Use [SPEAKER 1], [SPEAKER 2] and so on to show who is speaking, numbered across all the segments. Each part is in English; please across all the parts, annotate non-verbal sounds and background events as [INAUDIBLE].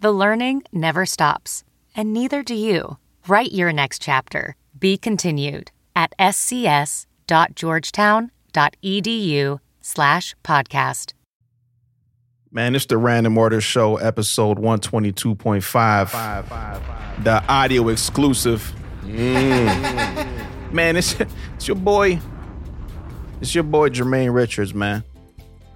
[SPEAKER 1] the learning never stops, and neither do you. Write your next chapter. Be continued at scs.georgetown.edu E slash podcast.
[SPEAKER 2] Man, it's the Random Order Show, episode 122.5. The audio exclusive.
[SPEAKER 3] Mm.
[SPEAKER 2] [LAUGHS] man, it's, it's your boy. It's your boy Jermaine Richards, man.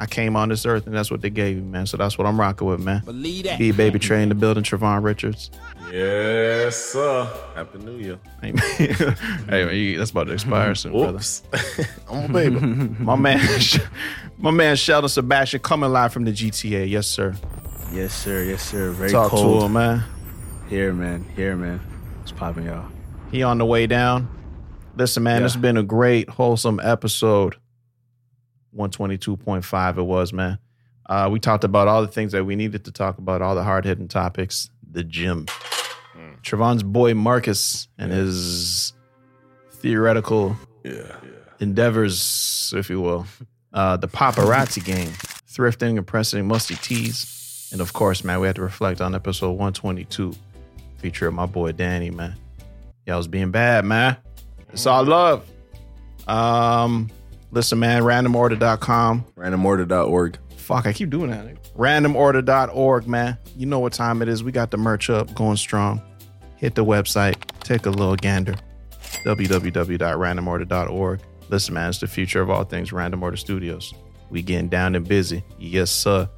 [SPEAKER 2] I came on this earth and that's what they gave me, man. So that's what I'm rocking with, man.
[SPEAKER 4] Believe that.
[SPEAKER 2] B Baby Train, the building, Trevon Richards.
[SPEAKER 3] Yes, sir. Happy New Year.
[SPEAKER 2] Hey, man, [LAUGHS] hey, man, you- that's about to expire soon, brother.
[SPEAKER 3] Whoops. I'm a baby.
[SPEAKER 2] [LAUGHS] My man, my man Sheldon Sebastian coming live from the GTA. Yes, sir.
[SPEAKER 4] Yes, sir. Yes, sir. Very
[SPEAKER 2] Talk
[SPEAKER 4] cold.
[SPEAKER 2] to him, man.
[SPEAKER 4] Here, man. Here, man. It's popping, y'all.
[SPEAKER 2] He on the way down. Listen, man,
[SPEAKER 4] Yeah.
[SPEAKER 2] it's been a great, wholesome episode. 122.5 it was, man. Uh, we talked about all the things that we needed to talk about, all the hard hitting topics, the gym. Trevon's boy Marcus and his theoretical
[SPEAKER 3] yeah.
[SPEAKER 2] endeavors, if you will. Uh, the paparazzi game, thrifting and pressing musty teas. And of course, man, we had to reflect on episode 122, featuring my boy Danny, man. Y'all was being bad, man. It's all love. Um, listen, man, randomorder.com.
[SPEAKER 3] Randomorder.org.
[SPEAKER 2] Fuck, I keep doing that. Randomorder.org, man. You know what time it is. We got the merch up going strong. Hit the website, take a little gander. www.randomorder.org. Listen, man, it's the future of all things Random Order Studios. We getting down and busy. Yes, sir.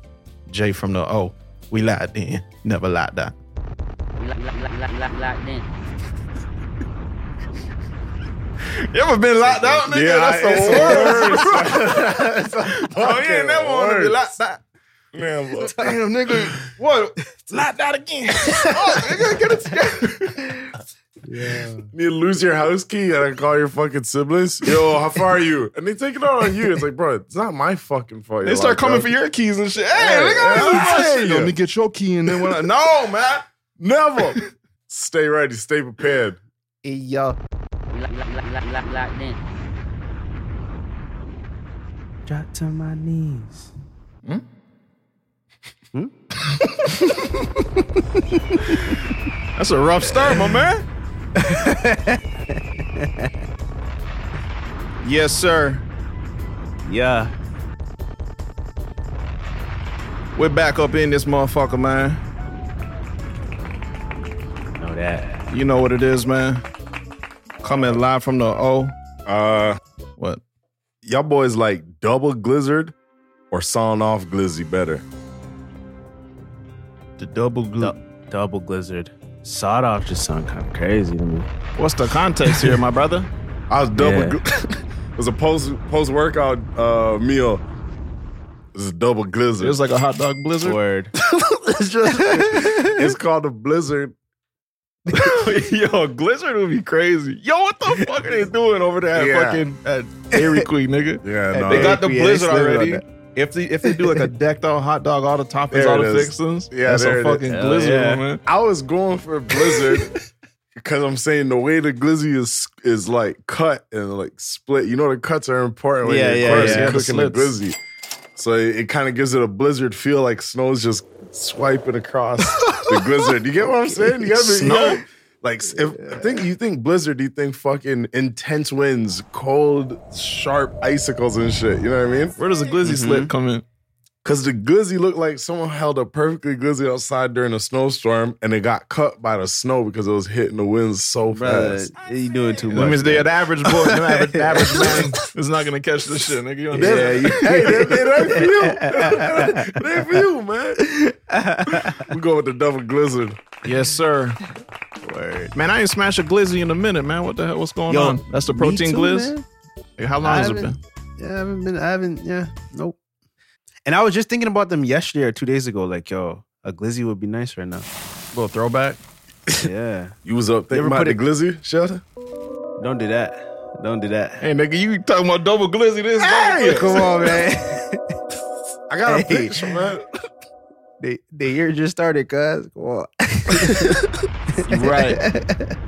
[SPEAKER 2] Jay from the O. We locked in. Never locked out. You ever been locked out, nigga? That's the worst.
[SPEAKER 3] [LAUGHS]
[SPEAKER 2] Oh, you ain't never want to be locked out.
[SPEAKER 3] Man, look.
[SPEAKER 2] Damn, nigga.
[SPEAKER 3] [LAUGHS]
[SPEAKER 2] [LAUGHS] What? Locked out again. oh, nigga, get it together.
[SPEAKER 3] You lose your house key and I call your fucking siblings. Yo, how far are you? And they take it out on you. It's like, bro, it's not my fucking fault.
[SPEAKER 2] They start coming for your keys and shit. Hey, nigga,
[SPEAKER 3] yeah,
[SPEAKER 2] I
[SPEAKER 3] yeah.
[SPEAKER 2] let me get your key and then when I No, man. [LAUGHS]
[SPEAKER 3] Never. stay ready. Stay prepared.
[SPEAKER 2] Yeah.
[SPEAKER 4] Drop to my knees.
[SPEAKER 2] That's a rough start, my man. [LAUGHS] yes, sir.
[SPEAKER 4] Yeah.
[SPEAKER 2] We're back up in this motherfucker, man.
[SPEAKER 4] Know that.
[SPEAKER 2] You know what it is, man. Coming live from the O.
[SPEAKER 3] Uh,
[SPEAKER 2] What?
[SPEAKER 3] y'all boys like double glizzard or sawn off glizzy better?
[SPEAKER 2] The double glue.
[SPEAKER 4] Du- double Blizzard. Sawed off just sound kind of crazy to me.
[SPEAKER 2] What's the context here, my brother?
[SPEAKER 3] I was double.
[SPEAKER 4] Yeah.
[SPEAKER 3] gl- [LAUGHS] it was a post post workout uh, meal. It was a double
[SPEAKER 2] It
[SPEAKER 3] glizzard.
[SPEAKER 2] was like a hot dog blizzard.
[SPEAKER 4] Word.
[SPEAKER 3] it's, just- it's called a blizzard.
[SPEAKER 2] [LAUGHS] Yo, Blizzard would be crazy. Yo, what the fuck are
[SPEAKER 3] [LAUGHS]
[SPEAKER 2] they doing over there at
[SPEAKER 3] Yeah.
[SPEAKER 2] fucking at Dairy Queen, nigga?
[SPEAKER 3] [LAUGHS] Yeah,
[SPEAKER 2] they got the
[SPEAKER 3] APA
[SPEAKER 2] Blizzard
[SPEAKER 3] slid it on
[SPEAKER 2] already.
[SPEAKER 3] that.
[SPEAKER 2] If they if they do like
[SPEAKER 3] [LAUGHS]
[SPEAKER 2] a decked out hot dog, all the toppings,
[SPEAKER 3] There
[SPEAKER 2] all
[SPEAKER 3] it
[SPEAKER 2] the
[SPEAKER 3] is.
[SPEAKER 2] fixings,
[SPEAKER 3] Yeah,
[SPEAKER 2] that's a
[SPEAKER 3] there it is.
[SPEAKER 2] fucking
[SPEAKER 4] Hell
[SPEAKER 2] Blizzard,
[SPEAKER 4] yeah.
[SPEAKER 2] man.
[SPEAKER 3] I was going for blizzard because I'm saying the way the glizzy is is like cut and like split. You know the cuts are important when
[SPEAKER 4] Yeah,
[SPEAKER 3] you're
[SPEAKER 4] yeah,
[SPEAKER 3] crust-
[SPEAKER 4] yeah.
[SPEAKER 3] you're
[SPEAKER 2] Yeah, the
[SPEAKER 3] cooking the
[SPEAKER 2] slits.
[SPEAKER 3] glizzy. So it, kind of gives it a blizzard feel, like snow's just swiping across the blizzard. You get what I'm saying? You gotta be,
[SPEAKER 2] Snow?
[SPEAKER 3] snow. like if think you think blizzard, you think fucking intense winds, cold, sharp icicles and shit. You know what I mean?
[SPEAKER 2] Where does a glizzy
[SPEAKER 3] Mm-hmm.
[SPEAKER 2] slip come in?
[SPEAKER 3] Cause the glizzy looked like someone held a perfectly glizzy outside during a snowstorm and it got cut by the snow because it was hitting the wind so
[SPEAKER 4] Bruh,
[SPEAKER 3] fast. [LAUGHS]
[SPEAKER 4] you doing too
[SPEAKER 2] That
[SPEAKER 4] much.
[SPEAKER 2] means they're the average boy, the [LAUGHS] average, the average
[SPEAKER 4] Yeah.
[SPEAKER 2] man is not gonna catch this shit, nigga. You
[SPEAKER 3] Yeah,
[SPEAKER 2] understand?
[SPEAKER 3] you,
[SPEAKER 2] [LAUGHS]
[SPEAKER 3] hey,
[SPEAKER 4] [LAUGHS]
[SPEAKER 3] that, that ain't for [LAUGHS] you. that ain't for you, man. we go with the double glizzy.
[SPEAKER 2] Yes, sir. Man, I ain't smashed a glizzy in a minute, man. What the hell? What's going on? That's the
[SPEAKER 4] me
[SPEAKER 2] protein
[SPEAKER 4] too,
[SPEAKER 2] glizz.
[SPEAKER 4] man.
[SPEAKER 2] Hey, How long
[SPEAKER 4] I
[SPEAKER 2] has it been?
[SPEAKER 4] haven't- Yeah, I haven't been. I haven't. Yeah, nope. And [LAUGHS] I was just thinking about them yesterday or two days ago. Like, yo, a glizzy would be nice right now.
[SPEAKER 2] Little throwback.
[SPEAKER 4] Yeah.
[SPEAKER 3] You was up thinking
[SPEAKER 4] ever
[SPEAKER 3] about
[SPEAKER 4] put
[SPEAKER 3] the
[SPEAKER 4] it-
[SPEAKER 3] glizzy shelter?
[SPEAKER 4] Don't do that. Don't do that.
[SPEAKER 2] Hey, nigga, you talking about double glizzy this
[SPEAKER 3] Hey!
[SPEAKER 4] Come on, [LAUGHS] man.
[SPEAKER 3] I got a
[SPEAKER 4] Hey.
[SPEAKER 3] picture, man.
[SPEAKER 4] the, the year just started, cuz. Come on.
[SPEAKER 2] Right.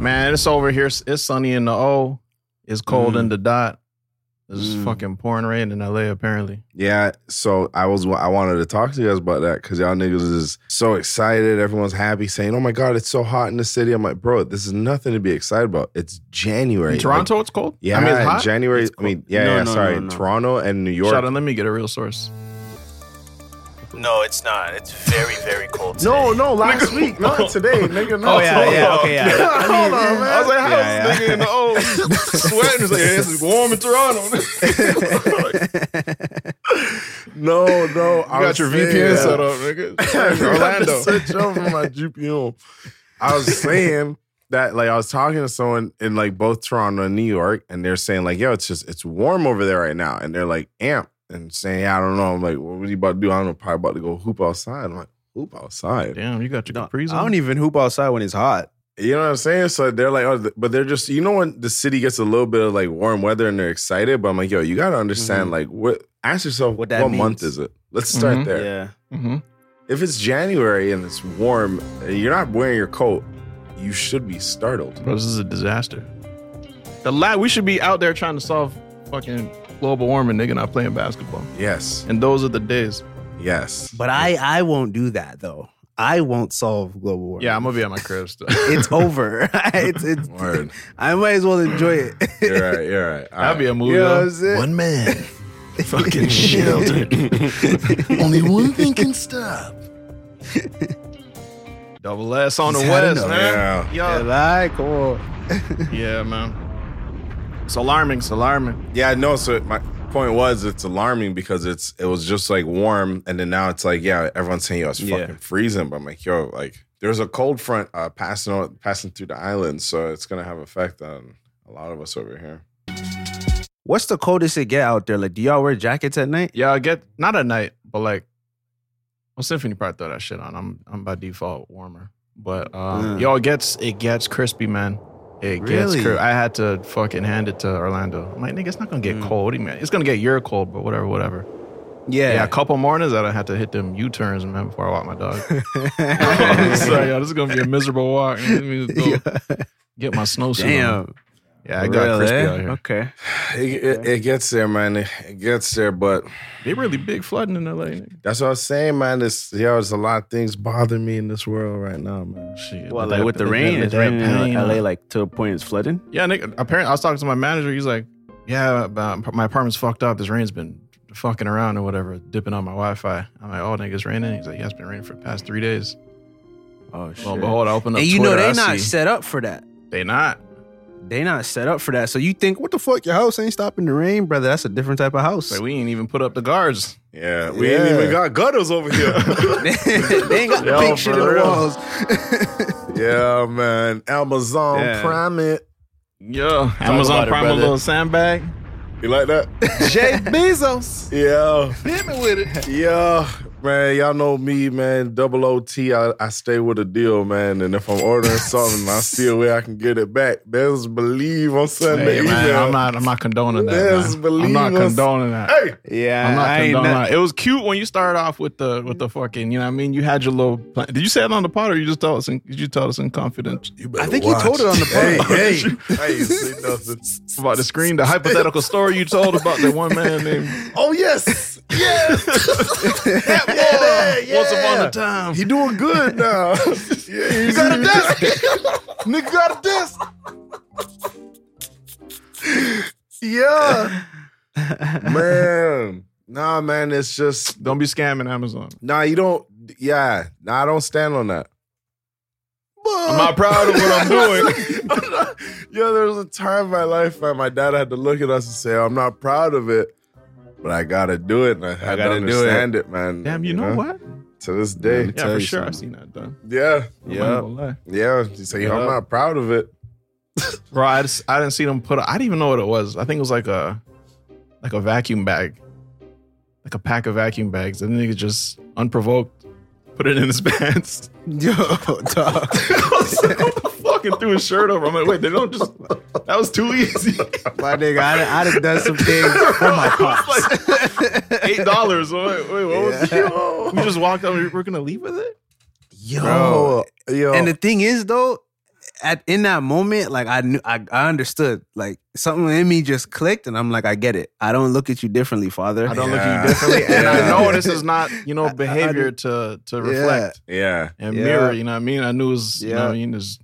[SPEAKER 2] Man, it's over here. It's sunny in the O. It's cold in the dot. It's
[SPEAKER 4] Mm.
[SPEAKER 2] fucking pouring rain in LA, apparently.
[SPEAKER 3] Yeah, so I was I wanted to talk to you guys about that because y'all niggas is so excited. Everyone's happy, saying, "Oh my god, it's so hot in the city." I'm like, bro, this is nothing to be excited about. It's January,
[SPEAKER 2] In Toronto, it's cold?
[SPEAKER 3] Yeah,
[SPEAKER 2] I mean, it's hot.
[SPEAKER 3] January.
[SPEAKER 4] It's
[SPEAKER 3] I mean,
[SPEAKER 4] cold.
[SPEAKER 3] yeah,
[SPEAKER 4] No,
[SPEAKER 3] yeah
[SPEAKER 4] no,
[SPEAKER 3] sorry,
[SPEAKER 4] no, no.
[SPEAKER 3] Toronto and New York.
[SPEAKER 2] Shut up. Let me get a real source.
[SPEAKER 5] No, it's not. It's very, very cold. Today.
[SPEAKER 3] No, no, last week, not today, nigga. No,
[SPEAKER 4] Oh, yeah,
[SPEAKER 3] today.
[SPEAKER 4] yeah.
[SPEAKER 2] [LAUGHS]
[SPEAKER 4] Okay, yeah.
[SPEAKER 3] Hold on, man.
[SPEAKER 2] I was like, how
[SPEAKER 4] Yeah,
[SPEAKER 2] is [LAUGHS] this nigga in the old [LAUGHS] sweating? It's like, hey, it's warm in Toronto.
[SPEAKER 3] [LAUGHS]
[SPEAKER 4] [LAUGHS]
[SPEAKER 3] no, no. I
[SPEAKER 2] you got
[SPEAKER 3] was
[SPEAKER 2] your
[SPEAKER 3] saying-
[SPEAKER 2] VPN set
[SPEAKER 3] [LAUGHS]
[SPEAKER 2] up, [LAUGHS] nigga.
[SPEAKER 3] Orlando.
[SPEAKER 2] Orlando.
[SPEAKER 3] Switch over my GPU. I was saying that like I was talking to someone in like both Toronto and New York, and they're saying like, "Yo, it's just it's warm over there right now," and they're like amp and saying, "Yeah, I don't know." I'm like, "What are you about to do?" I don't know. Probably about to go hoop outside. I'm like, "Hoop outside."
[SPEAKER 2] Damn, you got your
[SPEAKER 4] No, I
[SPEAKER 2] capris on?
[SPEAKER 4] don't even hoop outside when it's hot.
[SPEAKER 3] You know what I'm saying? So they're like, "Oh," th- but they're just you know when the city gets a little bit of like warm weather and they're excited, but I'm like, "Yo, you got to understand
[SPEAKER 4] Mhm.
[SPEAKER 3] like what." Ask yourself
[SPEAKER 4] What
[SPEAKER 3] what,
[SPEAKER 4] that
[SPEAKER 3] month
[SPEAKER 4] means. Mm-hmm.
[SPEAKER 3] is it? Let's start
[SPEAKER 2] Mhm.
[SPEAKER 3] there.
[SPEAKER 4] Yeah.
[SPEAKER 2] Mhm.
[SPEAKER 3] If it's January and it's warm, and you're not wearing your coat, you should be startled.
[SPEAKER 2] Bro, this is a disaster. The la- we should be out there trying to solve fucking global warming, nigga, not playing basketball.
[SPEAKER 3] Yes,
[SPEAKER 2] And those are the days.
[SPEAKER 3] yes.
[SPEAKER 6] But I I won't do that though. I won't solve global warming.
[SPEAKER 2] Yeah, I'm gonna be at my crib [LAUGHS] still.
[SPEAKER 6] it's over. [LAUGHS] it's
[SPEAKER 2] [LAUGHS]
[SPEAKER 6] it's.
[SPEAKER 3] Word.
[SPEAKER 6] I might as well enjoy it.
[SPEAKER 3] You're
[SPEAKER 4] [LAUGHS]
[SPEAKER 3] right. You're right. All
[SPEAKER 2] That'd be
[SPEAKER 3] right.
[SPEAKER 2] a movie.
[SPEAKER 6] You know what
[SPEAKER 2] though.
[SPEAKER 5] One
[SPEAKER 6] I'm saying? [LAUGHS]
[SPEAKER 5] man, fucking sheltered. Only one thing can stop.
[SPEAKER 2] Double S on the
[SPEAKER 6] He's had
[SPEAKER 2] West,
[SPEAKER 6] enough.
[SPEAKER 2] man. Yeah.
[SPEAKER 3] yeah.
[SPEAKER 6] Like, come on.
[SPEAKER 2] yeah, man. It's alarming. It's alarming.
[SPEAKER 3] Yeah. No. So my point was, it's alarming because it's it was just like warm, and then now it's like yeah, everyone's saying yo, it's
[SPEAKER 4] Yeah.
[SPEAKER 3] fucking freezing. But I'm like yo, like there's a cold front uh, passing on, passing through the island, so it's gonna have effect on a lot of us over here.
[SPEAKER 6] What's the coldest it get out there? Like, do y'all wear jackets at night?
[SPEAKER 2] Yeah, I get not at night, but like, well, Symphony probably throw that shit on. I'm I'm by default warmer, but um,
[SPEAKER 4] Mm.
[SPEAKER 2] yo, it gets it gets crispy, man. It gets
[SPEAKER 6] Really?
[SPEAKER 2] crispy. I had to fucking hand it to Orlando. I'm like, nigga, it's not gonna get
[SPEAKER 4] Mm.
[SPEAKER 2] cold. What do you mean? It's gonna get your cold, but whatever, whatever. Yeah, a couple mornings I done had to hit them U turns, man, before I walk my dog. [LAUGHS] so, yo, this is gonna be a miserable walk. [LAUGHS] Let me just go Get my snowsuit. on.
[SPEAKER 4] Damn.
[SPEAKER 2] Yeah, I got
[SPEAKER 4] Really?
[SPEAKER 2] crispy out here.
[SPEAKER 4] Okay.
[SPEAKER 3] It, it, it gets there, man. It, it gets there, but
[SPEAKER 2] They really big flooding in LA. nigga.
[SPEAKER 3] that's what I was saying, man. It's yo, there's a lot of things bothering me in this world right now, man.
[SPEAKER 2] Shit,
[SPEAKER 4] Well,
[SPEAKER 2] but
[SPEAKER 4] like
[SPEAKER 2] that-
[SPEAKER 4] with the
[SPEAKER 2] that-
[SPEAKER 4] rain,
[SPEAKER 2] that-
[SPEAKER 4] it's
[SPEAKER 2] that
[SPEAKER 4] raining in
[SPEAKER 2] pain, uh,
[SPEAKER 4] LA like to a point it's flooding.
[SPEAKER 2] Yeah, nigga. Apparently, I was talking to my manager. He's like, "Yeah, but my apartment's fucked up. This rain's been fucking around or whatever, dipping on my Wi-Fi." I'm like, "Oh, nigga, it's raining." He's like, "Yeah, it's been raining for the past three days."
[SPEAKER 4] Oh shit.
[SPEAKER 2] Well, behold, I opened up.
[SPEAKER 6] and you
[SPEAKER 2] Twitter,
[SPEAKER 6] know they
[SPEAKER 2] I
[SPEAKER 6] not
[SPEAKER 2] see-
[SPEAKER 6] set up for that.
[SPEAKER 2] they not.
[SPEAKER 6] They not set up for that. So you think, what the fuck? Your house ain't stopping the rain, brother. That's a different type of house.
[SPEAKER 2] Like we ain't even put up the guards.
[SPEAKER 3] Yeah, we ain't
[SPEAKER 6] Yeah.
[SPEAKER 3] even got gutters over [LAUGHS] here.
[SPEAKER 6] [LAUGHS] [LAUGHS] they ain't got
[SPEAKER 3] Yo,
[SPEAKER 6] pictures
[SPEAKER 3] for
[SPEAKER 6] on the
[SPEAKER 3] real.
[SPEAKER 6] walls. [LAUGHS]
[SPEAKER 3] Yeah, man. Amazon
[SPEAKER 4] Yeah.
[SPEAKER 3] Prime it.
[SPEAKER 2] Yeah,
[SPEAKER 5] about
[SPEAKER 2] Amazon
[SPEAKER 5] it,
[SPEAKER 2] Prime a
[SPEAKER 5] brother.
[SPEAKER 2] little sandbag.
[SPEAKER 3] You like that?
[SPEAKER 6] [LAUGHS] Jay Bezos.
[SPEAKER 3] yeah.
[SPEAKER 6] Hitting with it.
[SPEAKER 3] Yeah. Man, y'all know me, man. Double OT, I, I stay with a deal, man. And if
[SPEAKER 6] [LAUGHS]
[SPEAKER 3] I'm ordering something, I see a way I can get it back. There's believe on Sunday.
[SPEAKER 2] Hey, man, I'm not. I'm not condoning that.
[SPEAKER 3] Yes,
[SPEAKER 2] man. I'm
[SPEAKER 3] believe
[SPEAKER 2] not
[SPEAKER 3] us.
[SPEAKER 2] condoning that.
[SPEAKER 3] Hey,
[SPEAKER 4] yeah.
[SPEAKER 2] I'm not
[SPEAKER 4] I ain't
[SPEAKER 2] condoning
[SPEAKER 4] not-
[SPEAKER 2] that. It was cute when you started off with the with the fucking. You know what I mean? You had your little. Plan. Did you say it on the pod, or you just told us? In, did you tell us in confidence
[SPEAKER 3] you better
[SPEAKER 6] I think you told it on the
[SPEAKER 3] phone. Hey,
[SPEAKER 6] [LAUGHS]
[SPEAKER 3] hey, hey, you say nothing.
[SPEAKER 2] about the screen? The hypothetical story you told about the one man named
[SPEAKER 3] Oh yes, yes. that boy,
[SPEAKER 2] Once Upon a Time.
[SPEAKER 3] He doing good [LAUGHS] now. yeah, you got a desk. [LAUGHS] Nigga got a desk. yeah. Man. Nah, man, it's just
[SPEAKER 2] Don't be scamming Amazon.
[SPEAKER 3] nah, you don't yeah. Nah, I don't stand on that.
[SPEAKER 2] I'm not proud of what [LAUGHS] I'm
[SPEAKER 3] [LAUGHS]
[SPEAKER 2] doing.
[SPEAKER 3] Yo, Uh. there was a time in my life where my dad had to look at us and say, I'm not proud of it, but I gotta do it. And I had to
[SPEAKER 4] gotta do it.
[SPEAKER 3] understand it. man.
[SPEAKER 2] Damn, you know what?
[SPEAKER 3] To this day.
[SPEAKER 2] Yeah, for sure. I've seen that done.
[SPEAKER 3] Yeah.
[SPEAKER 2] I'm
[SPEAKER 3] Yeah.
[SPEAKER 2] not gonna lie.
[SPEAKER 3] Yeah, you say
[SPEAKER 2] Yeah.
[SPEAKER 3] I'm not proud of it.
[SPEAKER 2] Bro, I, just, I didn't see them put. I didn't even know what it was. I think it was like a, like a vacuum bag, like a pack of vacuum bags, and niggas just unprovoked put it in his [LAUGHS] pants.
[SPEAKER 6] [LAUGHS] Yo, dog.
[SPEAKER 2] I was
[SPEAKER 6] [LAUGHS]
[SPEAKER 2] like, what the fucking threw his shirt over. I'm like, wait, they don't just. That was too
[SPEAKER 3] [LAUGHS]
[SPEAKER 2] easy.
[SPEAKER 6] My nigga, I'd, I'd have done [LAUGHS] some things for my pops. [LAUGHS]
[SPEAKER 2] Eight dollars. Wait, wait, what was yo? We just walked up. we- We're gonna leave with it.
[SPEAKER 6] Yo.
[SPEAKER 3] Bro, yo.
[SPEAKER 6] And the thing is though, at in that moment, like I knew I, I understood. Like something in me just clicked and I'm like, I get it. I don't look at you differently, father.
[SPEAKER 2] I don't
[SPEAKER 3] Yeah.
[SPEAKER 2] look at you differently, and
[SPEAKER 3] Yeah.
[SPEAKER 2] I know this is not you know
[SPEAKER 6] I- I-
[SPEAKER 2] behavior to to reflect
[SPEAKER 3] yeah,
[SPEAKER 2] and
[SPEAKER 6] Yeah.
[SPEAKER 2] mirror. You know what I mean? I knew it was. You know what I
[SPEAKER 6] Yeah.
[SPEAKER 2] mean? It's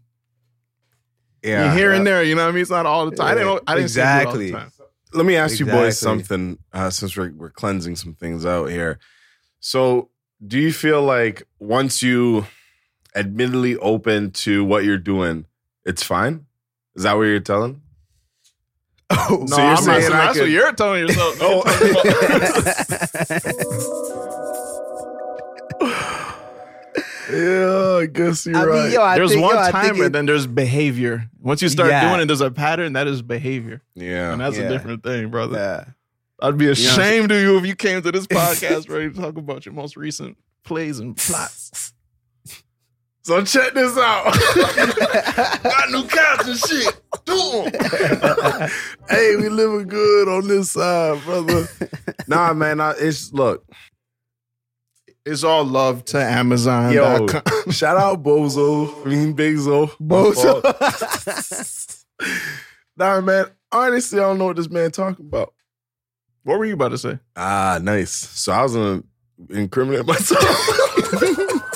[SPEAKER 3] yeah.
[SPEAKER 2] here
[SPEAKER 3] yeah.
[SPEAKER 2] and there. You know what I mean? It's not all the time. I didn't. Know, I didn't see it all the
[SPEAKER 6] Exactly.
[SPEAKER 2] time.
[SPEAKER 3] Let me ask you boys
[SPEAKER 6] Exactly.
[SPEAKER 3] something uh, since we're, we're cleansing some things out here. So, do you feel like once you admittedly open to what you're doing, it's fine? Is that what you're telling?
[SPEAKER 6] [LAUGHS] Oh,
[SPEAKER 3] So you're
[SPEAKER 2] I'm not
[SPEAKER 3] saying I
[SPEAKER 2] that's
[SPEAKER 3] could-
[SPEAKER 2] what you're telling yourself.
[SPEAKER 3] [LAUGHS] Oh.
[SPEAKER 2] [LAUGHS]
[SPEAKER 3] Yeah, I guess you're
[SPEAKER 6] I mean, yo, I
[SPEAKER 2] there's
[SPEAKER 6] think,
[SPEAKER 2] one
[SPEAKER 6] yo, I
[SPEAKER 2] time,
[SPEAKER 6] think it-
[SPEAKER 2] and then there's behavior. Once you start
[SPEAKER 6] Yeah.
[SPEAKER 2] doing it, there's a pattern that is behavior, and
[SPEAKER 3] [LAUGHS] yeah.
[SPEAKER 2] that's
[SPEAKER 6] Yeah.
[SPEAKER 2] a different thing, brother.
[SPEAKER 6] yeah.
[SPEAKER 2] I'd be
[SPEAKER 6] know what I'm
[SPEAKER 2] ashamed of you if you came to [LAUGHS] this podcast ready to talk about your most recent plays and plots.
[SPEAKER 3] So check this out. [LAUGHS]
[SPEAKER 5] Got new couch and shit. Do 'em.
[SPEAKER 3] [LAUGHS] hey, we living good on this side, brother. nah, man. I, it's look.
[SPEAKER 2] It's all love to Amazon.
[SPEAKER 3] Yo, [LAUGHS] shout out Bozo. I mean, Bigzo. Bozo. [LAUGHS] nah, man. Honestly, I don't know what this man talking about.
[SPEAKER 2] What were you about to say?
[SPEAKER 3] Ah, nice. So I was gonna incriminate myself.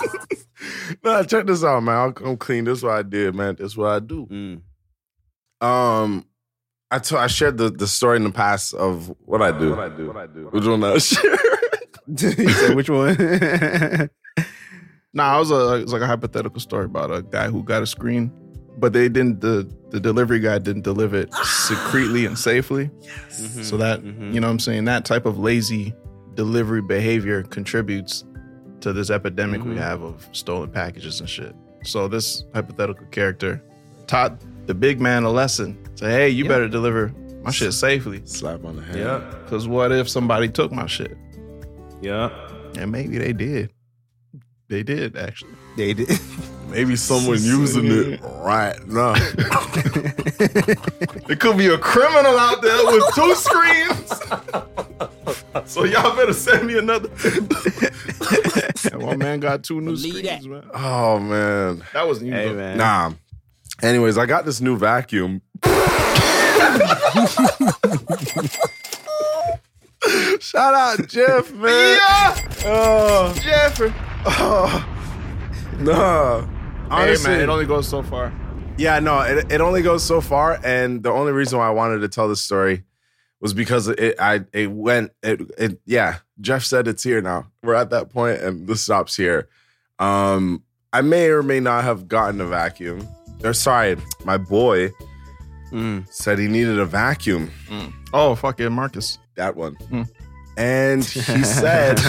[SPEAKER 3] [LAUGHS] nah, check this out, man. I'll come clean. This is what I did, man. This is what I do. Um, I to- I shared the, the story in the past of what I do. What I do. What I do. Which one I share?
[SPEAKER 6] He said, which one?
[SPEAKER 2] Nah, I was a it was like a hypothetical story about a guy who got a screen, but they didn't the the delivery guy didn't deliver it secretly and safely. So that you know what I'm saying that type of lazy delivery behavior contributes to this epidemic we
[SPEAKER 6] Mhm.
[SPEAKER 2] have of stolen packages and shit. So this hypothetical character taught the big man a lesson. Say, hey, you better deliver my shit safely.
[SPEAKER 3] [LAUGHS] Slap on the head.
[SPEAKER 4] Yep.
[SPEAKER 2] Cause what if somebody took my shit?
[SPEAKER 4] Yep.
[SPEAKER 2] And maybe they did. They did actually.
[SPEAKER 6] they did.
[SPEAKER 3] Maybe someone using it right now.
[SPEAKER 2] [LAUGHS] It could be a criminal out there with two screens. so Oh, y'all better send me [LAUGHS] another. and one man got two new screens, man.
[SPEAKER 3] oh man.
[SPEAKER 2] That wasn't even.
[SPEAKER 4] Hey
[SPEAKER 2] the-
[SPEAKER 4] man.
[SPEAKER 3] Nah. Anyways, I got this new vacuum. [LAUGHS] Shout out Jeff, man. Oh,
[SPEAKER 2] Jeffrey.
[SPEAKER 3] nah. Honestly,
[SPEAKER 2] hey man, it only goes so far.
[SPEAKER 3] yeah, no, it, it only goes so far. And the only reason why I wanted to tell this story was because it I it went it it yeah. Jeff said it's here now. We're at that point, and this stops here. Um, I may or may not have gotten a vacuum. Or sorry, my boy
[SPEAKER 6] Mm.
[SPEAKER 3] said he needed a vacuum.
[SPEAKER 2] Oh fuck it, Marcus.
[SPEAKER 3] That one.
[SPEAKER 2] Hmm. [LAUGHS]
[SPEAKER 3] And he said,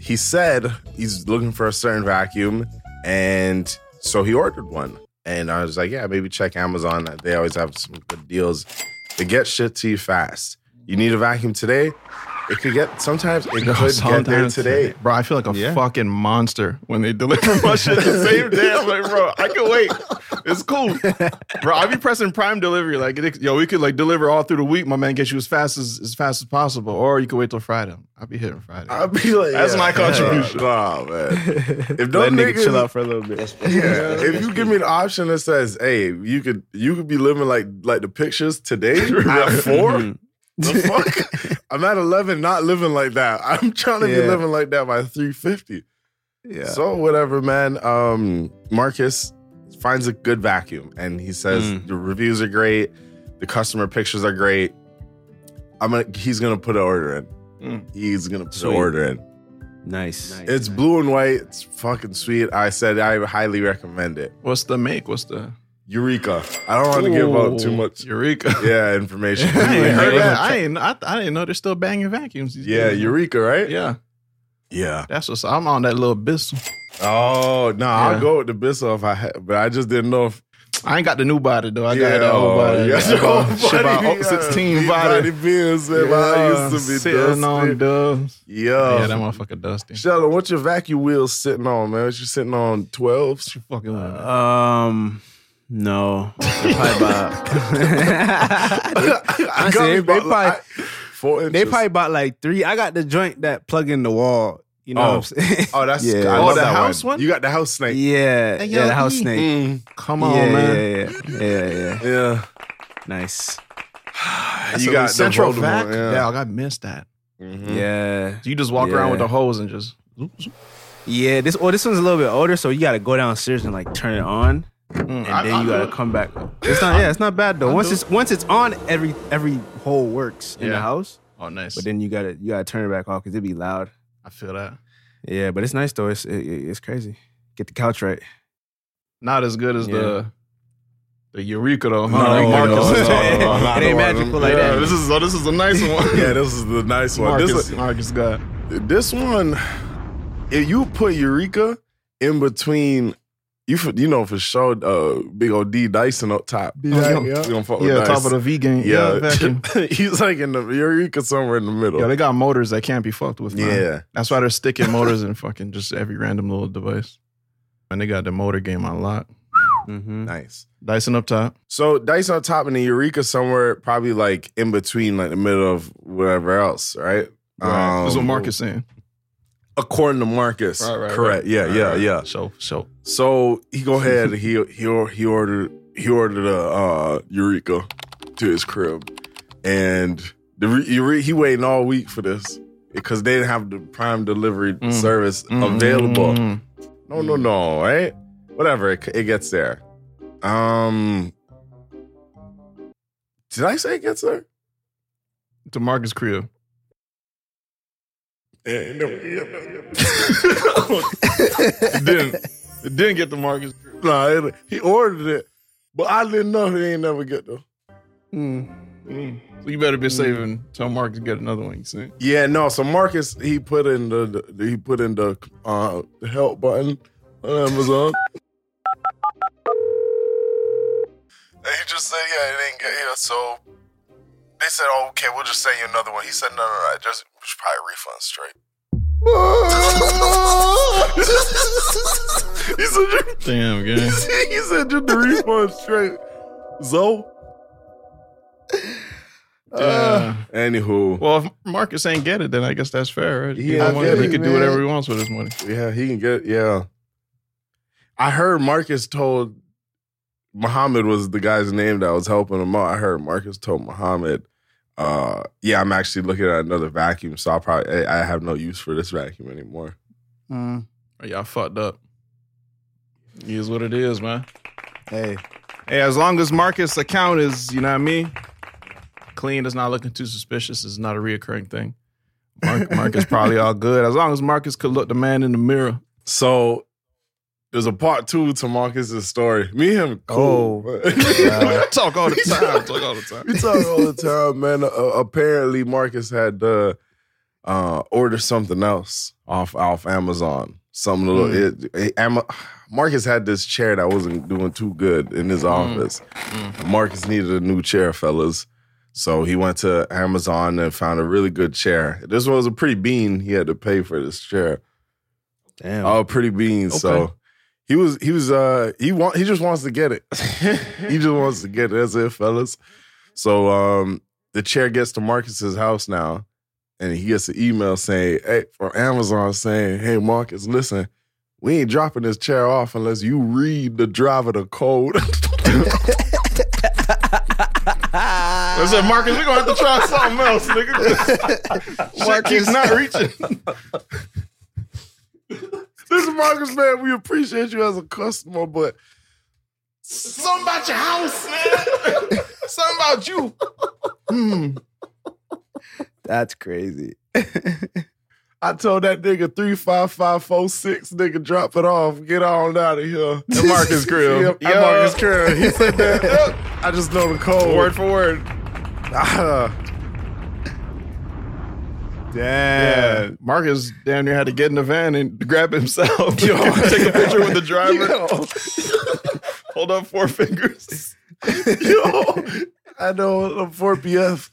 [SPEAKER 3] he said he's looking for a certain vacuum. And so he ordered one. And I was like, yeah, maybe check Amazon. They always have some good deals. They get shit to you fast. You need a vacuum today. It could
[SPEAKER 2] [LAUGHS]
[SPEAKER 3] get sometimes it could get there
[SPEAKER 2] Sometimes-
[SPEAKER 3] today.
[SPEAKER 2] bro. I feel like a fucking monster when they deliver [LAUGHS] my shit the same day. I'm like, bro, I can wait. It's cool, [LAUGHS] bro. I be pressing Prime delivery. Like, it, yo, we could like deliver all through the week. My man, get you as fast as as fast as possible, or you could wait till Friday. I'll be hitting Friday.
[SPEAKER 3] [LAUGHS] I'd be like,
[SPEAKER 2] That's
[SPEAKER 3] yeah.
[SPEAKER 2] my contribution. [LAUGHS]
[SPEAKER 3] Nah, man. If
[SPEAKER 4] Let
[SPEAKER 3] those
[SPEAKER 4] nigga
[SPEAKER 3] niggas
[SPEAKER 4] chill out for a little bit.
[SPEAKER 3] Yeah, if you give me the option that says, "Hey, you could you could be living like like the
[SPEAKER 2] [LAUGHS]
[SPEAKER 3] pictures today at four, the fuck, I'm at eleven, not living like that. [LAUGHS] I'm trying to be
[SPEAKER 6] Yeah.
[SPEAKER 3] living like that by three fifty.
[SPEAKER 6] Yeah.
[SPEAKER 3] So whatever, man. Um, Marcus finds a good vacuum, and he says
[SPEAKER 6] Mm.
[SPEAKER 3] the reviews are great, the customer pictures are great. I'm gonna he's gonna put an order in.
[SPEAKER 2] Mm.
[SPEAKER 3] He's gonna put an
[SPEAKER 6] Sweet.
[SPEAKER 3] order in.
[SPEAKER 6] nice.
[SPEAKER 3] It's blue and white. It's fucking sweet. I said I highly recommend it.
[SPEAKER 2] What's the make? What's the
[SPEAKER 3] Eureka. I don't want to give out too
[SPEAKER 2] Ooh,
[SPEAKER 3] much.
[SPEAKER 2] Eureka.
[SPEAKER 3] [LAUGHS]
[SPEAKER 2] [LAUGHS]
[SPEAKER 3] Yeah, information.
[SPEAKER 2] I ain't heard
[SPEAKER 3] Eureka.
[SPEAKER 2] that. I ain't. I, I didn't know they're still banging vacuums. these
[SPEAKER 3] Yeah,
[SPEAKER 2] days.
[SPEAKER 3] Eureka, right?
[SPEAKER 2] Yeah,
[SPEAKER 3] Yeah.
[SPEAKER 2] that's what's. I'm on that little bis.
[SPEAKER 3] Oh no,
[SPEAKER 2] Yeah.
[SPEAKER 3] I'll go with the Bissell if I had, but I just didn't know if
[SPEAKER 2] I ain't got the new body though. I got
[SPEAKER 3] Yeah,
[SPEAKER 2] [LAUGHS]
[SPEAKER 3] oh,
[SPEAKER 2] the old body.
[SPEAKER 3] yeah,
[SPEAKER 2] I
[SPEAKER 3] the [LAUGHS]
[SPEAKER 2] got
[SPEAKER 3] old
[SPEAKER 2] shit about
[SPEAKER 3] body, yeah.
[SPEAKER 2] 16
[SPEAKER 3] Big
[SPEAKER 2] body.
[SPEAKER 3] bills, man. I used to be
[SPEAKER 2] sitting on
[SPEAKER 3] dusty. Oh.
[SPEAKER 2] dubs.
[SPEAKER 3] Yo.
[SPEAKER 2] Yeah, that motherfucker dusty.
[SPEAKER 3] Sheldon, what's your vacuum wheels sitting on, man? What you sitting on 12s?
[SPEAKER 2] Fucking with it.
[SPEAKER 6] Um, no. They're probably about-
[SPEAKER 3] I
[SPEAKER 6] Honestly, they- they
[SPEAKER 3] about, like,
[SPEAKER 6] probably-
[SPEAKER 3] four inches.
[SPEAKER 6] they probably bought like three. I got the joint that plug in the wall. You know
[SPEAKER 3] Oh.
[SPEAKER 6] what I'm saying?
[SPEAKER 3] Oh, that's
[SPEAKER 6] Yeah.
[SPEAKER 3] I
[SPEAKER 6] Oh,
[SPEAKER 3] love
[SPEAKER 2] the
[SPEAKER 3] that
[SPEAKER 2] house one?
[SPEAKER 3] You got the house snake.
[SPEAKER 6] yeah, yeah, the house
[SPEAKER 3] Mm,
[SPEAKER 6] snake.
[SPEAKER 2] Come
[SPEAKER 6] Yeah,
[SPEAKER 2] on, man.
[SPEAKER 6] yeah, yeah, yeah, yeah.
[SPEAKER 3] Yeah.
[SPEAKER 6] Nice.
[SPEAKER 3] you
[SPEAKER 2] So
[SPEAKER 3] got the
[SPEAKER 2] central
[SPEAKER 3] Voldemort,
[SPEAKER 2] vac.
[SPEAKER 3] yeah.
[SPEAKER 2] Dog, I missed that.
[SPEAKER 3] Mhm.
[SPEAKER 6] Yeah,
[SPEAKER 2] So you just walk around with
[SPEAKER 6] Yeah.
[SPEAKER 2] the hose and just
[SPEAKER 6] yeah. This oh, this one's a little bit older, so you got to go downstairs and like turn it on, and
[SPEAKER 2] I-
[SPEAKER 6] then
[SPEAKER 2] I
[SPEAKER 6] you
[SPEAKER 2] do
[SPEAKER 6] got to
[SPEAKER 2] it.
[SPEAKER 6] come back. It's not. Yeah, it's not bad though. Once it's once it's on, every every hole works in the
[SPEAKER 2] Yeah.
[SPEAKER 6] house.
[SPEAKER 2] oh nice.
[SPEAKER 6] But then you gotta you gotta turn it back off because it'd be loud.
[SPEAKER 2] I feel that
[SPEAKER 6] Yeah, but it's nice though. It's it, it- it's crazy. Get the couch right.
[SPEAKER 2] not as good as the the Eureka though.
[SPEAKER 3] No,
[SPEAKER 2] Like
[SPEAKER 3] no,
[SPEAKER 2] Marcus. [LAUGHS]
[SPEAKER 3] no, no, no, no,
[SPEAKER 6] It ain't
[SPEAKER 3] no,
[SPEAKER 6] magical
[SPEAKER 3] no.
[SPEAKER 6] like
[SPEAKER 3] Yeah,
[SPEAKER 6] that.
[SPEAKER 3] This is oh, this is a nice one. yeah, this is the nice one.
[SPEAKER 2] Marcus,
[SPEAKER 3] This,
[SPEAKER 2] Marcus got
[SPEAKER 3] this one, if you put Eureka in between, you for, you know for sure, uh, big old D Dyson up top.
[SPEAKER 2] Dyson,
[SPEAKER 3] You
[SPEAKER 2] yeah.
[SPEAKER 3] don't fuck with
[SPEAKER 2] yeah
[SPEAKER 3] Dyson.
[SPEAKER 2] top of the V game. Oh, Yeah, [LAUGHS] vacuum.
[SPEAKER 3] Yeah, [LAUGHS] he's like in the Eureka somewhere in the middle.
[SPEAKER 2] Yo, they got motors that can't be fucked with. Man.
[SPEAKER 3] Yeah.
[SPEAKER 2] that's why they're sticking motors in fucking just every random little device. And they got the motor game on lock.
[SPEAKER 6] Mm-hmm.
[SPEAKER 3] nice.
[SPEAKER 2] Dyson up top.
[SPEAKER 3] So Dyson on top and the Eureka somewhere, probably like in between, like the middle of whatever else, right?
[SPEAKER 2] Right. That's what
[SPEAKER 3] Um,
[SPEAKER 2] Marcus saying.
[SPEAKER 3] according to Marcus.
[SPEAKER 2] Right, right,
[SPEAKER 3] Correct.
[SPEAKER 2] right.
[SPEAKER 3] Yeah,
[SPEAKER 2] Right,
[SPEAKER 3] yeah,
[SPEAKER 2] right.
[SPEAKER 3] yeah.
[SPEAKER 2] Um, So so
[SPEAKER 3] So he go ahead. He he or- he ordered he ordered a uh, Eureka to his crib, and the re- Eure- he waiting all week for this because they didn't have the prime delivery
[SPEAKER 2] Mm.
[SPEAKER 3] service
[SPEAKER 2] Mm,
[SPEAKER 3] available.
[SPEAKER 2] mm,
[SPEAKER 3] No, no, no. Right? Whatever. It, it gets there. Um. Did I say it gets there?
[SPEAKER 2] mm. to Marcus crib.
[SPEAKER 3] It didn't.
[SPEAKER 2] [LAUGHS] It didn't get to Marcus.
[SPEAKER 3] Nah, it, he ordered it, but I didn't know he ain't never get there. Mm.
[SPEAKER 2] Mm. So you better be saving till Marcus get another one. You see?
[SPEAKER 3] Yeah, no. So Marcus, he put in the, the- he put in the uh the help button on Amazon. And he just said, yeah, it didn't get here. So they said, oh, okay, we'll just send you another one. He said, no, no, no, just we should probably refund straight. [LAUGHS] he said, "You-
[SPEAKER 2] Damn, gang.
[SPEAKER 3] he said, [LAUGHS] just the refund straight. So,
[SPEAKER 2] Yeah.
[SPEAKER 3] anywho,
[SPEAKER 2] Well, if Marcus ain't get it, then I guess that's fair, right?
[SPEAKER 3] He
[SPEAKER 2] He,
[SPEAKER 3] ain't
[SPEAKER 2] don't want-
[SPEAKER 3] get
[SPEAKER 2] he
[SPEAKER 3] it,
[SPEAKER 2] could
[SPEAKER 3] man.
[SPEAKER 2] do whatever he wants with his money.
[SPEAKER 3] Yeah, he can get yeah. I heard Marcus told Muhammad was the guy's name that was helping him out. I heard Marcus told Muhammad, uh, yeah, I'm actually looking at another vacuum, so I'll probably I I have no use for this vacuum anymore.
[SPEAKER 2] Or y'all fucked up. It Is what it is, man.
[SPEAKER 6] Hey,
[SPEAKER 2] Hey, as long as Marcus' account is, you know what I mean, clean, it's not looking too suspicious, it's not a reoccurring thing.
[SPEAKER 6] [LAUGHS]
[SPEAKER 2] Mark, Marcus probably all good. As long as Marcus could look the man in the mirror.
[SPEAKER 3] So there's a part two to Marcus's story. Me and him cool. [LAUGHS]
[SPEAKER 6] Uh,
[SPEAKER 2] I [LAUGHS] talk
[SPEAKER 6] [LAUGHS]
[SPEAKER 2] all the time. I talk all the time.
[SPEAKER 3] We talk all the time, man. Uh, apparently, Marcus had uh, uh, ordered something else off off Amazon. Some little it, it- Ama- Marcus had this chair that wasn't doing too good in his office. Marcus needed a new chair, fellas. So he went to Amazon and found a really good chair. This one was a pretty bean. He had to pay for this chair.
[SPEAKER 6] damn.
[SPEAKER 3] Oh, pretty bean. So he was he was uh he want he just wants to get it. [LAUGHS] he just wants to get it. That's it, fellas. So um the chair gets to Marcus's house now, and he gets an email saying, Hey, from Amazon saying, Hey Marcus, listen, we ain't dropping this chair off unless you read the driver the code. [LAUGHS]
[SPEAKER 2] I said, Marcus, we're gonna have to try something else, nigga.
[SPEAKER 3] [LAUGHS]
[SPEAKER 2] Shit keeps not reaching.
[SPEAKER 3] This is Marcus, man. We appreciate you as a customer, but something about your house, man. [LAUGHS] something about you.
[SPEAKER 6] That's
[SPEAKER 3] [LAUGHS]
[SPEAKER 6] crazy.
[SPEAKER 3] I told that nigga three five five four six nigga drop it off, get on out of here. At [LAUGHS]
[SPEAKER 2] Marcus Grill.
[SPEAKER 3] Yeah, at
[SPEAKER 2] Yeah.
[SPEAKER 3] Marcus Grill. He said that.
[SPEAKER 2] [LAUGHS]
[SPEAKER 3] Yep. I just know the code.
[SPEAKER 2] Word for word.
[SPEAKER 3] Ah. [LAUGHS]
[SPEAKER 2] Yeah. Marcus damn near had to [LAUGHS] get in the van and grab himself. Yo. Take a picture with the driver. [LAUGHS] Hold up four fingers.
[SPEAKER 3] [LAUGHS] Yo, I know the 4PF.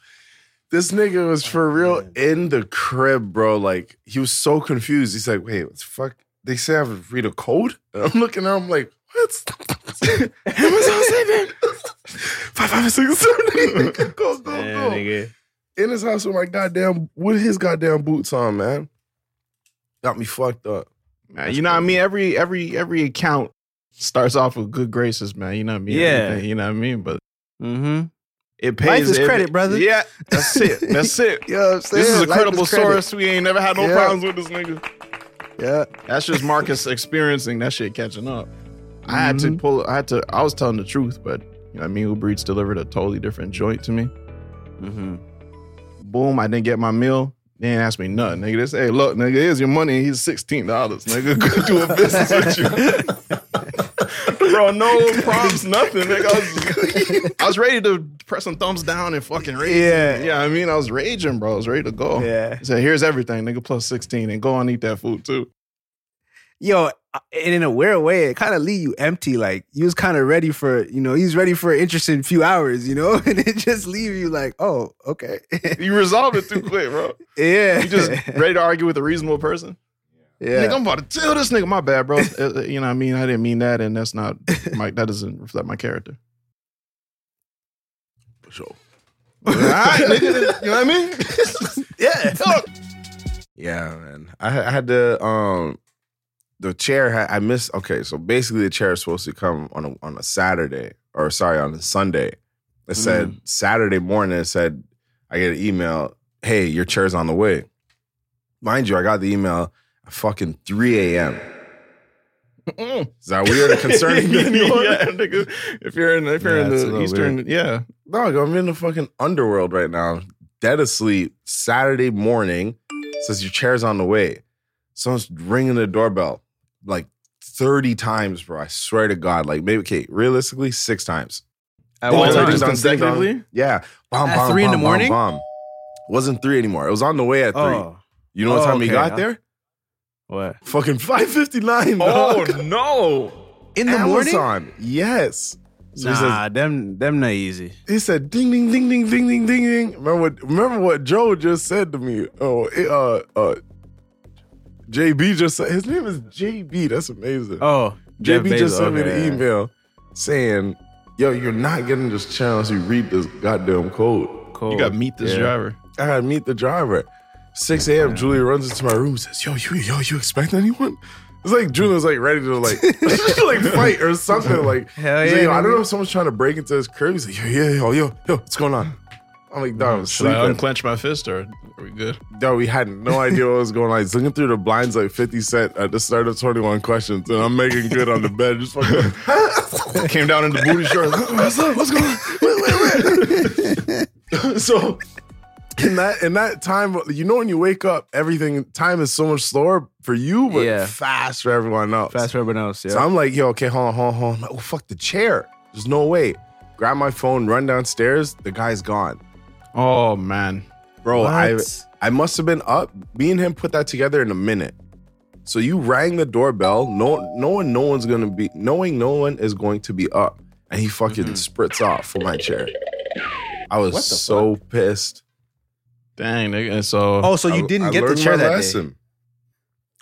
[SPEAKER 3] This nigga was for real in the crib, bro. Like he was so confused. He's like, wait, what the fuck? They say I have to read a code? And I'm looking at him like, what?
[SPEAKER 2] [LAUGHS]
[SPEAKER 3] What
[SPEAKER 6] [LAUGHS]
[SPEAKER 3] was I saying? Five, five, six, seven, eight. Go, go,
[SPEAKER 2] Yeah,
[SPEAKER 3] go.
[SPEAKER 2] nigga.
[SPEAKER 3] In his house with my goddamn with his goddamn boots on, man. Got me fucked up.
[SPEAKER 2] Man, you know what I mean? Every every every account starts off with good graces, man. You know what I mean?
[SPEAKER 4] Yeah.
[SPEAKER 2] Everything, you know what I mean? But
[SPEAKER 6] Mm-hmm.
[SPEAKER 2] it
[SPEAKER 6] Life
[SPEAKER 2] pays
[SPEAKER 6] is
[SPEAKER 2] it-
[SPEAKER 6] credit, brother.
[SPEAKER 2] Yeah, that's it. That's
[SPEAKER 6] [LAUGHS]
[SPEAKER 2] it.
[SPEAKER 3] You know what I'm saying?
[SPEAKER 2] This is a
[SPEAKER 3] Life
[SPEAKER 2] credible
[SPEAKER 3] credit.
[SPEAKER 2] source. We ain't never had no
[SPEAKER 3] Yeah.
[SPEAKER 2] problems with this nigga.
[SPEAKER 3] Yeah.
[SPEAKER 2] That's just Marcus experiencing that shit catching up. I had
[SPEAKER 3] Mm-hmm.
[SPEAKER 2] to pull. I had to. I was telling the truth, but you know, what I mean, Uber Eats delivered a totally different joint to me.
[SPEAKER 4] Mm-hmm.
[SPEAKER 2] Boom! I didn't get my meal. They didn't ask me nothing, nigga. They say, "Hey, look, nigga, here's your money. He's sixteen dollars, nigga. [LAUGHS] Go do a business with you." [LAUGHS] Bro, no prompts, nothing. Nigga. I, was, [LAUGHS] I was ready to press some thumbs down and fucking rage.
[SPEAKER 6] Yeah.
[SPEAKER 2] yeah. I mean, I was raging, bro. I was ready to go.
[SPEAKER 6] Yeah.
[SPEAKER 2] He said, "Here's everything, nigga, plus sixteen, and go and eat that food too."
[SPEAKER 6] Yo, and in a weird way, it kind of leave you empty. Like you was kind of ready for, you know, he's ready for an interesting few hours, you know, [LAUGHS] and it just leave you like, oh, okay, [LAUGHS]
[SPEAKER 2] You resolved it too quick, bro.
[SPEAKER 6] yeah,
[SPEAKER 2] You
[SPEAKER 6] [LAUGHS]
[SPEAKER 2] just ready to argue with a reasonable person. Nigga,
[SPEAKER 6] yeah,
[SPEAKER 2] I'm about to tell this nigga. My bad, bro. Uh, uh, you know what I mean? I didn't mean that, and that's not my. That doesn't reflect my character.
[SPEAKER 3] For sure.
[SPEAKER 2] All right, nigga. You know what I mean?
[SPEAKER 3] [LAUGHS] Yeah. yeah, man. I, I had to um the chair had I missed okay, so basically the chair is supposed to come on a on a Saturday or sorry, on a Sunday.
[SPEAKER 2] Mm-hmm.
[SPEAKER 3] It said Saturday morning, it said I get an email, hey, your chair's on the way. Mind you, I got the email at fucking 3 a.m. Is
[SPEAKER 2] [LAUGHS]
[SPEAKER 3] that weird or concerning to anyone?
[SPEAKER 2] yeah, nigga. If you're in, if you're
[SPEAKER 4] Yeah,
[SPEAKER 2] in
[SPEAKER 4] it's a
[SPEAKER 2] the
[SPEAKER 4] little
[SPEAKER 2] Eastern, yeah,
[SPEAKER 3] Dog, I'm in the fucking underworld right now. Dead asleep. Saturday morning. Says your chair's on the way. Someone's ringing the doorbell like 30 times, bro. I swear to God. Like maybe, okay, realistically, six times.
[SPEAKER 6] At
[SPEAKER 2] Oh,
[SPEAKER 6] one
[SPEAKER 2] like
[SPEAKER 6] time.
[SPEAKER 2] just
[SPEAKER 3] Ding dong, ding dong.
[SPEAKER 2] consecutively?
[SPEAKER 3] Yeah. Bomb,
[SPEAKER 6] At
[SPEAKER 3] bomb,
[SPEAKER 6] three in the
[SPEAKER 3] bomb, bomb,
[SPEAKER 6] morning?
[SPEAKER 3] bomb. Wasn't three anymore. It was on the way at three.
[SPEAKER 4] Oh,
[SPEAKER 3] You know what
[SPEAKER 4] Oh,
[SPEAKER 3] time he
[SPEAKER 4] okay.
[SPEAKER 3] got there?
[SPEAKER 4] what?
[SPEAKER 3] Fucking 559.
[SPEAKER 2] Oh,
[SPEAKER 3] dog.
[SPEAKER 4] no!
[SPEAKER 6] in Oh, the morning.
[SPEAKER 3] Amazon. Yes. So he says,
[SPEAKER 4] Nah, them them not easy.
[SPEAKER 3] He said, "Ding, ding, ding, ding, ding, ding, ding, ding." Remember what? Remember what Joe just said to me? Oh, it, uh, uh, JB just said his name is JB. That's amazing.
[SPEAKER 4] Oh, Jeff
[SPEAKER 3] JB
[SPEAKER 4] Bezos,
[SPEAKER 3] just sent me
[SPEAKER 4] okay,
[SPEAKER 3] the
[SPEAKER 4] yeah.
[SPEAKER 3] email saying, "Yo, you're not getting this challenge. You read this goddamn code.
[SPEAKER 4] Cool.
[SPEAKER 2] you
[SPEAKER 6] Oh,
[SPEAKER 2] got to meet this
[SPEAKER 4] Yeah. [LAUGHS]
[SPEAKER 2] driver.
[SPEAKER 3] I gotta meet the driver." 6 a.m. Julia runs into my room and says, "Yo, you, yo, you expect anyone?" It's like Julia was like ready
[SPEAKER 2] [LAUGHS]
[SPEAKER 3] to like, [LAUGHS] like fight or something. Like,
[SPEAKER 6] Hell
[SPEAKER 3] he's
[SPEAKER 6] yeah,
[SPEAKER 3] like, yo, I don't
[SPEAKER 6] nigga.
[SPEAKER 3] know if someone's trying to break into his crib. He's like, yo, yeah, yo, yo, yo, what's going on? I'm like, dog, I'm
[SPEAKER 2] Should I
[SPEAKER 3] sleeping.
[SPEAKER 2] unclench my fist or are we good?
[SPEAKER 3] Dog, we
[SPEAKER 2] [LAUGHS]
[SPEAKER 3] had no idea what was going on. He's looking through the blinds like 50 Cent at the start of 21 Questions, and I'm making good on the bed. Just
[SPEAKER 2] [LAUGHS]
[SPEAKER 3] fucking,
[SPEAKER 2] Came down in the booty shorts.
[SPEAKER 3] [LAUGHS] what's up? What's going on? Wait, wait, wait. [LAUGHS] so in that in that time, you know, when you wake up, everything time is so much slower for you, but
[SPEAKER 4] Yeah.
[SPEAKER 3] fast for everyone else.
[SPEAKER 4] Fast for everyone else. Yeah.
[SPEAKER 3] So I'm like, yo, okay, hold on, hold on, hold on. I'm like, oh, fuck the chair. There's no way. Grab my phone, run downstairs. The guy's gone.
[SPEAKER 2] Oh man,
[SPEAKER 3] Bro, I
[SPEAKER 4] What?
[SPEAKER 3] I must have been up. Me and him put that together in a minute. So you rang the doorbell, no knowing no one's gonna be knowing no one is going to be up. And he fucking spritz off for my chair. I was so pissed.
[SPEAKER 2] dang nigga. And so
[SPEAKER 6] Oh, so you
[SPEAKER 3] I-
[SPEAKER 6] didn't
[SPEAKER 3] I
[SPEAKER 6] get the
[SPEAKER 3] learned
[SPEAKER 6] chair
[SPEAKER 3] my
[SPEAKER 6] that day.
[SPEAKER 3] lesson.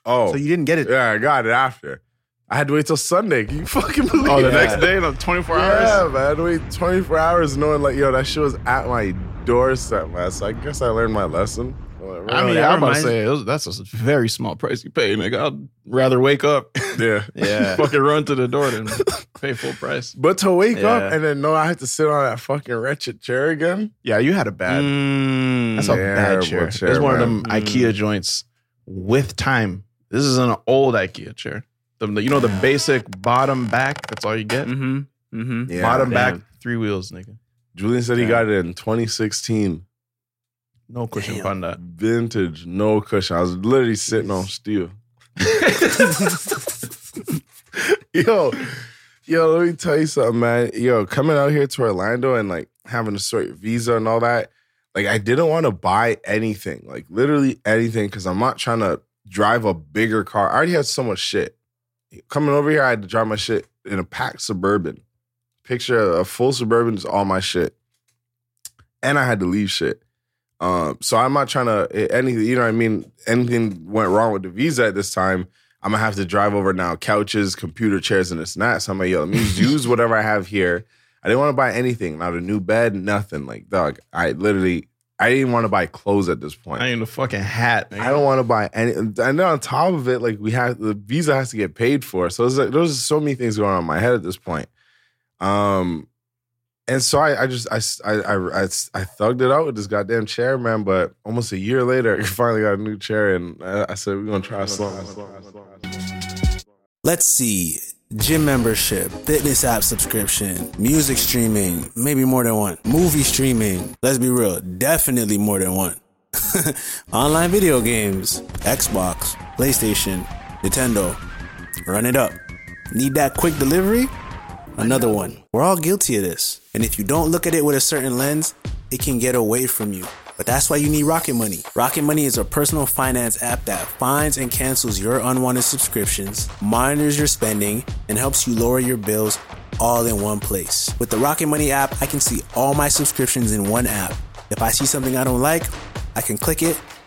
[SPEAKER 3] Oh,
[SPEAKER 6] So you didn't get it.
[SPEAKER 3] yeah, I got it after. I had to wait till Sunday. Can you [LAUGHS] fucking believe
[SPEAKER 2] oh, the
[SPEAKER 3] it?
[SPEAKER 2] next day, like 24
[SPEAKER 3] Yeah,
[SPEAKER 2] hours.
[SPEAKER 3] man. I had to wait 24 hours knowing, like, yo, that shit was at my doorstep, man. So I guess I learned my lesson. Whatever.
[SPEAKER 2] I mean,
[SPEAKER 4] that
[SPEAKER 2] I'm about to
[SPEAKER 4] reminds-
[SPEAKER 2] say it was, that's a very small price you pay, nigga. I'd rather wake up,
[SPEAKER 3] yeah.
[SPEAKER 2] [LAUGHS]
[SPEAKER 4] yeah.
[SPEAKER 2] fucking run to the door than pay full price.
[SPEAKER 3] But to wake up
[SPEAKER 4] Yeah.
[SPEAKER 3] and then know I have to sit on that fucking wretched chair again.
[SPEAKER 2] Yeah, you had a bad.
[SPEAKER 4] Mm.
[SPEAKER 2] That's a bad
[SPEAKER 3] Terrible
[SPEAKER 2] chair.
[SPEAKER 3] chair,
[SPEAKER 2] It's one of them
[SPEAKER 3] man.
[SPEAKER 2] IKEA joints with time. This is an old IKEA chair. The, the- you know the basic bottom back. That's all you get.
[SPEAKER 6] Mm.
[SPEAKER 4] Mm-hmm. Mm-hmm.
[SPEAKER 3] Yeah.
[SPEAKER 2] bottom back,
[SPEAKER 4] Damn.
[SPEAKER 2] three wheels, nigga.
[SPEAKER 3] Julian said he got it in 2016.
[SPEAKER 2] No cushion upon that.
[SPEAKER 3] Vintage, no cushion. I was literally sitting on steel. yo, yo, let me tell you something, man. Yo, coming out here to Orlando and like having to sort your visa and all that, like I didn't want to buy anything, like literally anything, because I'm not trying to drive a bigger car. I already had so much shit. Coming over here, I had to drive my shit in a packed suburban. picture a full suburban is all my shit, and I had to leave shit. Um, so I'm not trying to anything. You know what I mean? Anything went wrong with the visa at this time. I'm gonna have to drive over now couches, computer chairs, and this and that. So I'm like, yo, let me use whatever I have here. I didn't want to buy anything, not a new bed, nothing. Like, dog, I literally, I didn't want to buy clothes at this point.
[SPEAKER 2] I ain't a fucking hat. nigga.
[SPEAKER 3] I don't want to buy any. And then on top of it, like we have the visa has to get paid for. So it's like there's so many things going on in my head at this point. Um, and so I, I just I, s- I I- I s- I thugged it out with this goddamn chair, man. But almost a year later, [LAUGHS] I finally got a new chair, and I, I said we're gonna try something.
[SPEAKER 7] Let's see. Gym membership, fitness app subscription, music streaming, maybe more than one. Movie streaming, let's be real, definitely more than one. [LAUGHS] Online video games, Xbox, PlayStation, Nintendo. Run it up. Need that quick delivery? Another one. We're all guilty of this. And if you don't look at it with a certain lens, it can get away from you. But that's why you need Rocket Money. Rocket Money is a personal finance app that finds and cancels your unwanted subscriptions, monitors your spending, and helps you lower your bills all in one place. With the Rocket Money app, I can see all my subscriptions in one app. If I see something I don't like, I can click it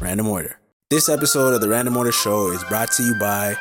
[SPEAKER 7] Random Order. This episode of the Random Order Show is brought to you by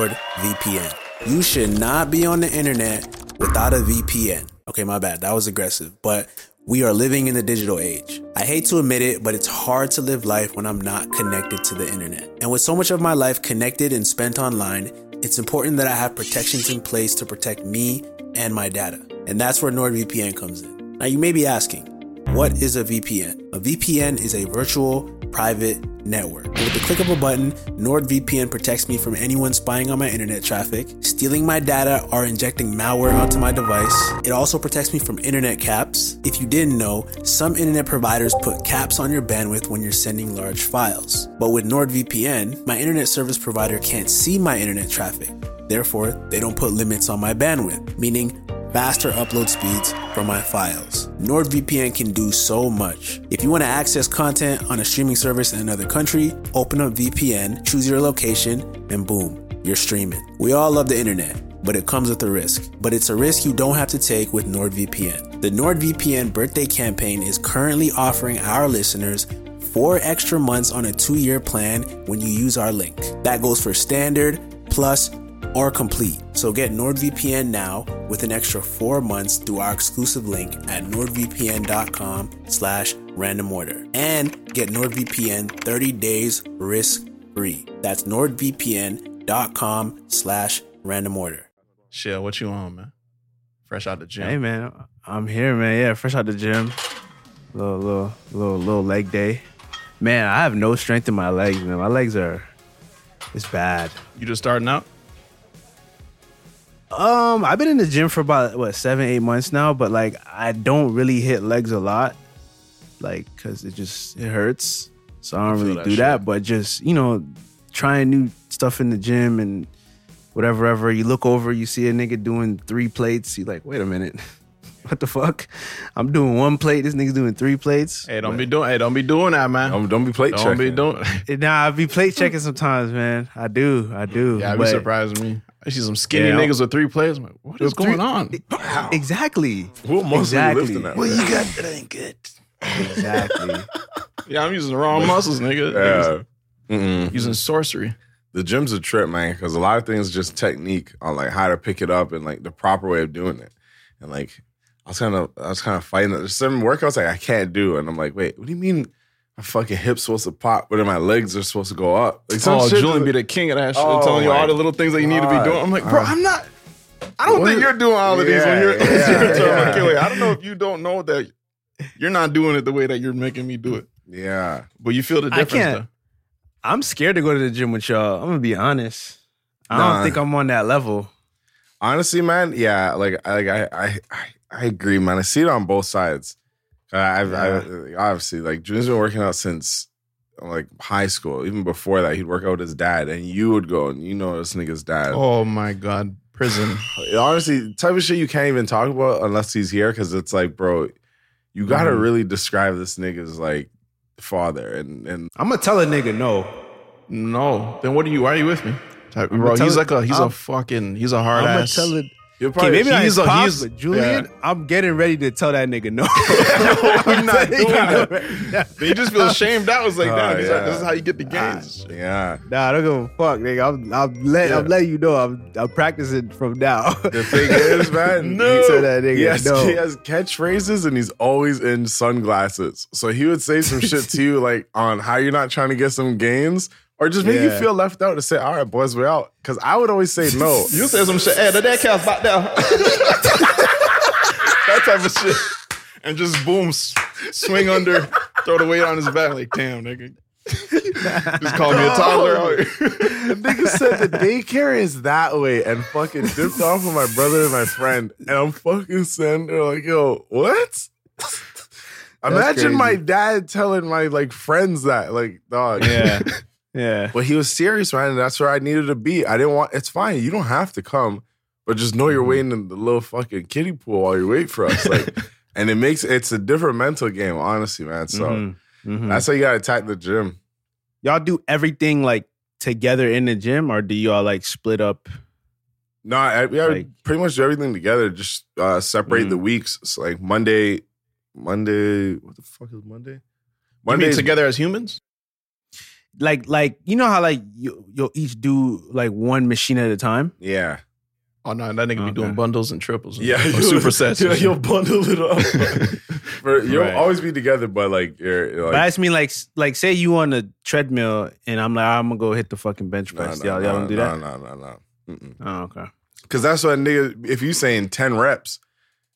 [SPEAKER 7] NordVPN. You should not be on the internet without a VPN. Okay, my bad. That was aggressive, but we are living in the digital age. I hate to admit it, but it's hard to live life when I'm not connected to the internet. And with so much of my life connected and spent online, it's important that I have protections in place to protect me and my data. And that's where NordVPN comes in. Now, you may be asking, what is a VPN? A VPN is a virtual private network. With the click of a button, NordVPN protects me from anyone spying on my internet traffic, stealing my data, or injecting malware onto my device. It also protects me from internet caps. If you didn't know, some internet providers put caps on your bandwidth when you're sending large files. But with NordVPN, my internet service provider can't see my internet traffic. Therefore, they don't put limits on my bandwidth, meaning faster upload speeds for my files. NordVPN can do so much. If you want to access content on a streaming service in another country, open up VPN, choose your location, and boom, you're streaming. We all love the internet, but it comes with a risk. But it's a risk you don't have to take with NordVPN. The NordVPN birthday campaign is currently offering our listeners four extra months on a two year plan when you use our link. That goes for standard, plus, or complete. So get NordVPN now with an extra four months through our exclusive link at nordvpn.com slash random order. And get NordVPN 30 days risk free. That's nordvpn.com slash random order.
[SPEAKER 2] Shit, what you on, man? Fresh out the gym.
[SPEAKER 4] Hey man, I'm here, man. Yeah, fresh out the gym. Little little little little leg day. Man, I have no strength in my legs, man. My legs are it's bad.
[SPEAKER 2] You just starting out?
[SPEAKER 4] Um, I've been in the gym for about what seven, eight months now, but like I don't really hit legs a lot, like because it just it hurts. So I don't really
[SPEAKER 2] that
[SPEAKER 4] do
[SPEAKER 2] shit.
[SPEAKER 4] that. But just you know, trying new stuff in the gym and whatever, whatever. You look over, you see a nigga doing three plates. You like, wait a minute, [LAUGHS] what the fuck? I'm doing one plate. This nigga's doing three plates.
[SPEAKER 2] Hey, don't be doing. Hey, don't be doing that, man.
[SPEAKER 3] Don't, don't be plate
[SPEAKER 2] Don't
[SPEAKER 3] checking.
[SPEAKER 2] be doing. [LAUGHS]
[SPEAKER 4] And Nah, I be plate checking sometimes, man. I do, I do.
[SPEAKER 2] yeah, I'd be
[SPEAKER 4] But-
[SPEAKER 2] surprised me. I see some skinny
[SPEAKER 4] Yeah.
[SPEAKER 2] niggas with three players. I'm like, what is
[SPEAKER 4] Three-
[SPEAKER 2] going on?
[SPEAKER 4] Exactly,
[SPEAKER 3] Who mostly
[SPEAKER 4] Exactly.
[SPEAKER 3] lifting that?
[SPEAKER 5] Well,
[SPEAKER 3] man?
[SPEAKER 5] you got that ain't good.
[SPEAKER 4] exactly.
[SPEAKER 2] Yeah, I'm using the wrong muscles, nigga.
[SPEAKER 3] Yeah. Mm-mm.
[SPEAKER 2] Niggas Using sorcery.
[SPEAKER 3] The gym's a trip, man, because a lot of things just technique on like how to pick it up and like the proper way of doing it. And like I was kind of I was kind of fighting. that. There's some workouts like I can't do, and I'm like, wait, what do you mean? My fucking hips supposed to pop, but then my legs are supposed to go up. Like some
[SPEAKER 2] Oh,
[SPEAKER 3] shit
[SPEAKER 2] Julian
[SPEAKER 3] that-
[SPEAKER 2] be the king of that shit,
[SPEAKER 3] Oh
[SPEAKER 2] telling you
[SPEAKER 3] my
[SPEAKER 2] all the little things that you need to be
[SPEAKER 3] God.
[SPEAKER 2] doing. I'm like, bro, I'm not. I don't
[SPEAKER 3] What
[SPEAKER 2] think
[SPEAKER 3] is-
[SPEAKER 2] you're doing all of these when
[SPEAKER 3] Yeah,
[SPEAKER 2] you're.
[SPEAKER 3] [LAUGHS] yeah,
[SPEAKER 2] you're telling my kid,
[SPEAKER 3] yeah.
[SPEAKER 2] "Wait, I don't
[SPEAKER 3] [LAUGHS]
[SPEAKER 2] know if you don't know that you're not doing it the way that you're making me do it,
[SPEAKER 3] yeah.
[SPEAKER 2] but you feel the
[SPEAKER 4] I
[SPEAKER 2] difference.
[SPEAKER 4] can't-
[SPEAKER 2] though.
[SPEAKER 4] I'm scared to go to the gym with y'all. I'm gonna be honest. I
[SPEAKER 3] Nah.
[SPEAKER 4] don't think I'm on that level.
[SPEAKER 3] Honestly, man, yeah. Like I- like I I I- I agree, man. I see it on both sides. Uh, I've, I've obviously like June's been working out since like high school. Even before that, he'd work out with his dad, and you would go and you know this nigga's dad.
[SPEAKER 2] Oh my God. Prison.
[SPEAKER 3] Honestly, type of shit you can't even talk about unless he's here because it's like, bro, you gotta really describe this nigga's like father and and
[SPEAKER 6] I'm gonna tell a nigga no.
[SPEAKER 2] No. Then what are you? Why are you with me? Type- Bro,
[SPEAKER 6] tell
[SPEAKER 2] he's
[SPEAKER 6] it-
[SPEAKER 2] like a he's
[SPEAKER 6] I'm-
[SPEAKER 2] a fucking he's a hard
[SPEAKER 6] I'm gonna
[SPEAKER 2] ass.
[SPEAKER 6] tell it.
[SPEAKER 3] you're
[SPEAKER 6] Okay, maybe not
[SPEAKER 2] he's
[SPEAKER 6] his
[SPEAKER 2] a-
[SPEAKER 6] pops,
[SPEAKER 2] he's-
[SPEAKER 6] but Julian, I'm getting ready to tell that nigga no.
[SPEAKER 3] [LAUGHS]
[SPEAKER 6] [LAUGHS]
[SPEAKER 3] I'm not doing that.
[SPEAKER 2] They just feel shamed out. It's like,
[SPEAKER 3] [LAUGHS] Oh,
[SPEAKER 2] damn, he's like,
[SPEAKER 3] yeah.
[SPEAKER 2] this is how you get the gains.
[SPEAKER 3] Yeah.
[SPEAKER 6] Nah, I don't give a fuck, nigga. I'm, I'm let,
[SPEAKER 3] Yeah.
[SPEAKER 6] I'm letting you know. I'm, I'm practicing from now.
[SPEAKER 3] The thing is, man,
[SPEAKER 6] No. He told that nigga,
[SPEAKER 3] he has,
[SPEAKER 6] no.
[SPEAKER 3] he has catchphrases and he's always in sunglasses. So he would say some shit to you, like on how you're not trying to get some gains, or just make you
[SPEAKER 6] Yeah.
[SPEAKER 3] feel left out to say, "All right, boys, we're out." Because I would always say
[SPEAKER 6] [LAUGHS]
[SPEAKER 3] no.
[SPEAKER 2] You said some shit. Hey, the dad counts back down. [LAUGHS] that type of shit. And just boom, s- swing under, throw the weight on his back. Like, damn, nigga. just call me a toddler. out here.
[SPEAKER 3] the nigga said the daycare is that way, and fucking dipped off with my brother and my friend, and I'm fucking sitting there like, "Yo, what?" Imagine my dad telling my like friends that, like,
[SPEAKER 6] [LAUGHS]
[SPEAKER 3] dog.
[SPEAKER 6] yeah, yeah.
[SPEAKER 3] But he was serious, man. And that's where I needed to be. I didn't want. It's fine. You don't have to come, but just know you're waiting in the little fucking kiddie pool while you wait for us. Like, and it makes it's a different mental game, honestly, man.
[SPEAKER 6] Mm-hmm.
[SPEAKER 3] So that's how you gotta attack the gym.
[SPEAKER 6] Y'all do everything like together in the gym, or do y'all like split up?
[SPEAKER 3] No, I, we had
[SPEAKER 6] Like-
[SPEAKER 3] pretty much do everything together. Just uh, separate the weeks. So like Monday, Monday. What the fuck is Monday?
[SPEAKER 2] You mean
[SPEAKER 3] Monday
[SPEAKER 2] together as humans?
[SPEAKER 6] Like, like you know how like you, you'll each do like one machine at a time.
[SPEAKER 3] Yeah,
[SPEAKER 2] Oh, no, that nigga be doing bundles and triples. And,
[SPEAKER 3] yeah. [LAUGHS]
[SPEAKER 2] Or [LAUGHS] supersets.
[SPEAKER 3] You'll, you'll bundle it up.
[SPEAKER 2] [LAUGHS]
[SPEAKER 3] For- you'll
[SPEAKER 6] Right.
[SPEAKER 3] always be together, but like you're you're, like.
[SPEAKER 6] But I just mean like, s- like say you on a treadmill, and I'm like, I'm gonna go hit the fucking bench press. y'all, y'all don't do that.
[SPEAKER 3] No, no, no, no.
[SPEAKER 6] Oh, okay.
[SPEAKER 3] Because that's what a nigga, if you saying 10 reps,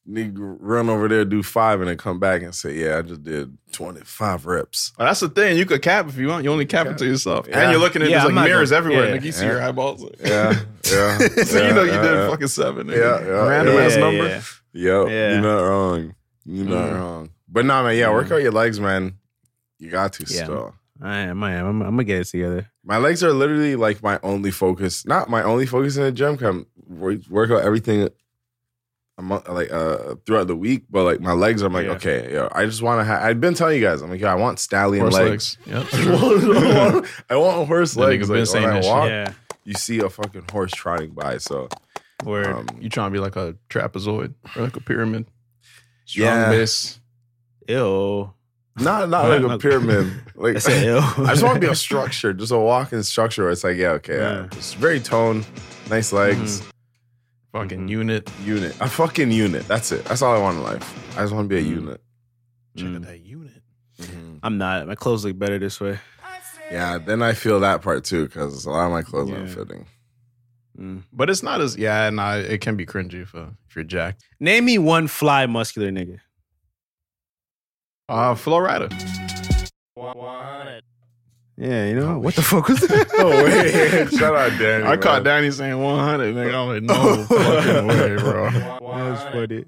[SPEAKER 3] nigga run over there, do five, and then come back and say, yeah, I just did 25 reps.
[SPEAKER 2] Oh, that's the thing. You could cap if you want. You only cap it to yourself. And you're looking at
[SPEAKER 6] Yeah,
[SPEAKER 2] there's
[SPEAKER 6] I'm
[SPEAKER 2] like
[SPEAKER 6] not
[SPEAKER 2] mirrors
[SPEAKER 6] gonna-
[SPEAKER 2] everywhere.
[SPEAKER 6] yeah,
[SPEAKER 2] like you see
[SPEAKER 3] yeah.
[SPEAKER 2] your eyeballs. Like,
[SPEAKER 3] Yeah, [LAUGHS]
[SPEAKER 2] [LAUGHS]
[SPEAKER 3] yeah.
[SPEAKER 2] so you know you
[SPEAKER 3] yeah,
[SPEAKER 2] did
[SPEAKER 3] yeah.
[SPEAKER 2] fucking seven. nigga.
[SPEAKER 3] Yeah, yeah,
[SPEAKER 2] Random
[SPEAKER 3] Uh, yeah.
[SPEAKER 2] ass
[SPEAKER 3] Yeah,
[SPEAKER 2] number.
[SPEAKER 6] yeah.
[SPEAKER 3] Yep,
[SPEAKER 6] Yeah.
[SPEAKER 3] you're not wrong. You're not
[SPEAKER 6] Mm.
[SPEAKER 3] wrong. But nah, man, yeah, work out your legs, man. You got to
[SPEAKER 6] Yeah.
[SPEAKER 3] still.
[SPEAKER 6] I am. I am. I'm, I'm gonna get it together.
[SPEAKER 3] My legs are literally like my only focus. Not my only focus in the gym. Come work out everything, amo- like uh throughout the week. But like my legs, I'm like
[SPEAKER 6] Yeah.
[SPEAKER 3] okay, yo, I just want to. Ha- I've been telling you guys, I'm like, yo, I want stallion
[SPEAKER 2] Horse
[SPEAKER 3] legs.
[SPEAKER 2] legs. Yep. [LAUGHS]
[SPEAKER 3] [LAUGHS] I want horse
[SPEAKER 2] That nigga
[SPEAKER 3] legs.
[SPEAKER 2] been
[SPEAKER 3] Like,
[SPEAKER 2] saying
[SPEAKER 3] when I
[SPEAKER 2] that shit.
[SPEAKER 3] walk,
[SPEAKER 6] Yeah.
[SPEAKER 3] you see a fucking horse trotting by. So
[SPEAKER 6] Word.
[SPEAKER 3] um,
[SPEAKER 2] You trying to be like a trapezoid or like a pyramid? Strong
[SPEAKER 3] Yeah.
[SPEAKER 2] base.
[SPEAKER 6] Ew.
[SPEAKER 3] not not like
[SPEAKER 2] [LAUGHS]
[SPEAKER 3] a pyramid. Like
[SPEAKER 6] That's an ew.
[SPEAKER 3] [LAUGHS] I just want
[SPEAKER 6] [LAUGHS]
[SPEAKER 3] to be a structure, just a walking structure. Where it's like yeah, okay, uh,
[SPEAKER 6] Yeah.
[SPEAKER 3] it's very toned, nice
[SPEAKER 2] Mm-hmm.
[SPEAKER 3] legs,
[SPEAKER 2] Fucking unit.
[SPEAKER 3] unit, a fucking unit. That's it. That's all I want in life. I just want to
[SPEAKER 2] Mm-hmm.
[SPEAKER 3] be a unit.
[SPEAKER 6] Mm.
[SPEAKER 2] Check out that unit. Mm-hmm.
[SPEAKER 6] I'm not. My clothes look better this way.
[SPEAKER 3] Yeah, then I feel that part too because a lot of my clothes aren't
[SPEAKER 6] Yeah.
[SPEAKER 3] fitting.
[SPEAKER 6] Mm.
[SPEAKER 2] But it's not as yeah, nah, it can be cringy if, uh, if you're jacked.
[SPEAKER 6] Name me one fly muscular nigga.
[SPEAKER 2] Uh Florida.
[SPEAKER 6] Yeah, you know what the fuck was that?
[SPEAKER 3] [LAUGHS]
[SPEAKER 6] [LAUGHS]
[SPEAKER 3] Oh wait, [LAUGHS] shout out Danny.
[SPEAKER 2] I caught
[SPEAKER 3] man.
[SPEAKER 2] Danny saying 100, nigga. I'm like,
[SPEAKER 3] [LAUGHS]
[SPEAKER 2] no fucking way, bro.
[SPEAKER 6] That's funny.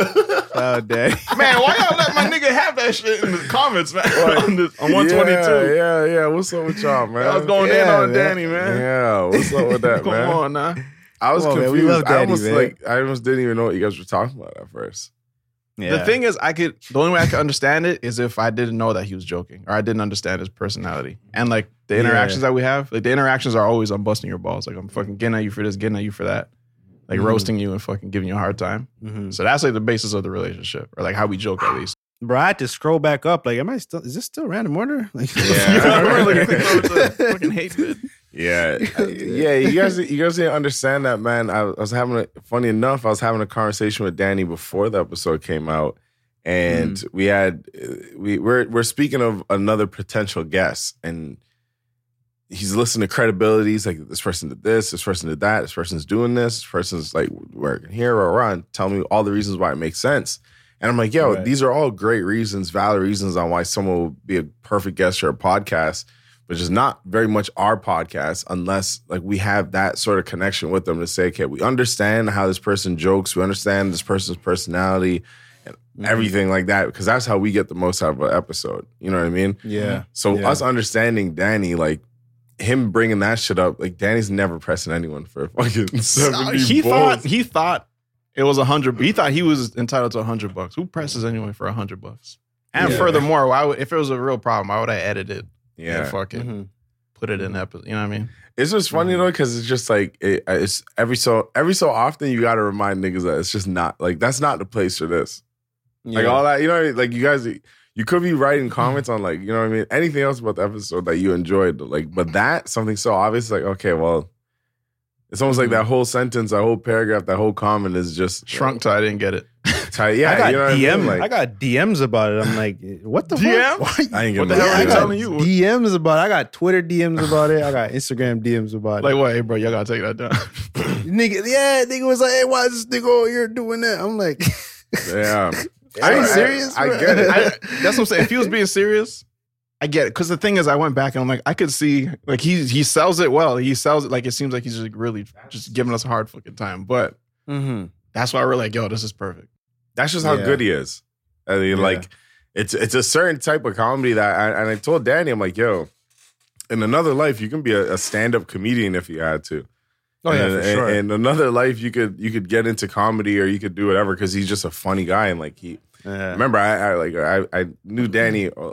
[SPEAKER 6] Oh, daddy.
[SPEAKER 2] [LAUGHS] Man, why y'all let my nigga have that shit in the comments, man? [LAUGHS] on, this, on
[SPEAKER 3] Yeah,
[SPEAKER 2] 122.
[SPEAKER 3] Yeah, yeah. What's up with y'all,
[SPEAKER 2] [LAUGHS]
[SPEAKER 3] man?
[SPEAKER 2] I was going in
[SPEAKER 3] Yeah,
[SPEAKER 2] on Danny, man.
[SPEAKER 3] Yeah, what's
[SPEAKER 2] [LAUGHS]
[SPEAKER 3] up with that,
[SPEAKER 2] Come
[SPEAKER 3] man?
[SPEAKER 2] on now.
[SPEAKER 3] I was
[SPEAKER 6] Come on, man.
[SPEAKER 3] confused.
[SPEAKER 6] We love
[SPEAKER 3] I
[SPEAKER 6] Danny,
[SPEAKER 3] almost
[SPEAKER 6] man.
[SPEAKER 3] like I almost didn't even know what you guys were talking about at first.
[SPEAKER 6] Yeah.
[SPEAKER 2] The thing is, I could the only way I could understand it is if I didn't know that he was joking or I didn't understand his personality. And like the interactions that we have, like the interactions are always I'm busting your balls. Like I'm fucking getting at you for this, getting at you for that. Like
[SPEAKER 3] Mm-hmm.
[SPEAKER 2] roasting you and fucking giving you a hard time.
[SPEAKER 6] Mhm.
[SPEAKER 2] So that's like the basis of the relationship, or like how we joke at
[SPEAKER 3] [SIGHS]
[SPEAKER 2] least.
[SPEAKER 6] bro, I had to scroll back up. Like, am I still? Is this still random
[SPEAKER 5] [LAUGHS]
[SPEAKER 6] order? Like,
[SPEAKER 3] Yeah.
[SPEAKER 2] I remember
[SPEAKER 3] [LAUGHS]
[SPEAKER 2] looking at the photo, fucking hate it.
[SPEAKER 3] Yeah, yeah. You guys, you guys didn't understand that, man. I, was- I was having a funny enough. I was having a conversation with Danny before the episode came out, and we had uh, we we're we're speaking of another potential guest, and he's listening to credibility. He's like, this person did this, this person did that, this person's doing this, this person's like working here or around. Tell me all the reasons why it makes sense. And I'm like, yo,
[SPEAKER 6] Right.
[SPEAKER 3] these are all great reasons, valid reasons on why someone would be a perfect guest for a podcast, which is not very much our podcast unless like we have that sort of connection with them to say, okay, we understand how this person jokes, we understand this person's personality,
[SPEAKER 2] Mm-hmm.
[SPEAKER 3] everything like that because that's how we get the most out of an episode. You know what I mean?
[SPEAKER 5] Yeah.
[SPEAKER 3] So
[SPEAKER 5] Yeah.
[SPEAKER 3] us understanding Danny, like him bringing that shit up, like Danny's never pressing anyone for [LAUGHS] fucking seventy
[SPEAKER 2] Uh, he
[SPEAKER 3] balls.
[SPEAKER 2] thought he thought it was a hundred. He thought he was entitled to a hundred bucks. Who presses anyone for a hundred bucks? And
[SPEAKER 3] Yeah.
[SPEAKER 2] furthermore, why would, if it was a real problem, why would I edit it and
[SPEAKER 3] yeah,
[SPEAKER 2] fucking put it in episode? You know what I mean?
[SPEAKER 3] it's just
[SPEAKER 2] Mm-hmm.
[SPEAKER 3] funny though because it's just like it, uh, it's every so every so often you got to remind niggas that it's just not like that's not the place for this. Like all that, you know, like you guys, you could
[SPEAKER 2] [LAUGHS]
[SPEAKER 3] be writing comments on like you know what I mean, anything else about the episode that you enjoyed, like but that something so obvious, like okay, well. It's almost like that whole sentence, that whole paragraph, that whole comment is just
[SPEAKER 2] Mm-hmm. Shrunk to I didn't get it.
[SPEAKER 3] Tight. Yeah,
[SPEAKER 5] I got
[SPEAKER 3] you know what
[SPEAKER 5] DM. I,
[SPEAKER 3] I mean? Like,
[SPEAKER 5] got DMs about it. I'm like, what the
[SPEAKER 2] DM?
[SPEAKER 5] fuck? [LAUGHS] Why-
[SPEAKER 3] I ain't
[SPEAKER 2] What the
[SPEAKER 3] gonna
[SPEAKER 2] hell
[SPEAKER 3] lie.
[SPEAKER 2] are
[SPEAKER 3] I
[SPEAKER 2] you
[SPEAKER 3] got
[SPEAKER 2] telling you?
[SPEAKER 5] DMs about it. I got Twitter DMs about it. I got Instagram DMs about
[SPEAKER 2] Like
[SPEAKER 5] it.
[SPEAKER 2] what, hey, bro? Y'all gotta take that down. [LAUGHS]
[SPEAKER 5] nigga, yeah, nigga was like, hey, why is this nigga over here doing that? I'm like, [LAUGHS]
[SPEAKER 3] Yeah.
[SPEAKER 5] are you
[SPEAKER 3] I-
[SPEAKER 5] serious?
[SPEAKER 3] I,
[SPEAKER 5] bro? [LAUGHS]
[SPEAKER 3] get it.
[SPEAKER 2] I, that's what I'm saying. If he was being serious, I get it. Because the thing is, I went back and I'm like, I could see like he he sells it well. He sells it like it seems like he's just really just giving us a hard fucking time. But that's why we're like, yo, this is perfect.
[SPEAKER 3] That's just how
[SPEAKER 5] Yeah.
[SPEAKER 3] good he is. I mean, like it's it's a certain type of comedy that I, and I told Danny, I'm like, yo, in another life, you can be a, a stand-up comedian if you had to.
[SPEAKER 5] oh, yeah,
[SPEAKER 3] and,
[SPEAKER 5] for
[SPEAKER 3] and-
[SPEAKER 5] sure.
[SPEAKER 3] in another life, you could you could get into comedy or you could do whatever because he's just a funny guy and like he
[SPEAKER 5] yeah.
[SPEAKER 3] Remember, I, I like I, I knew Danny. uh,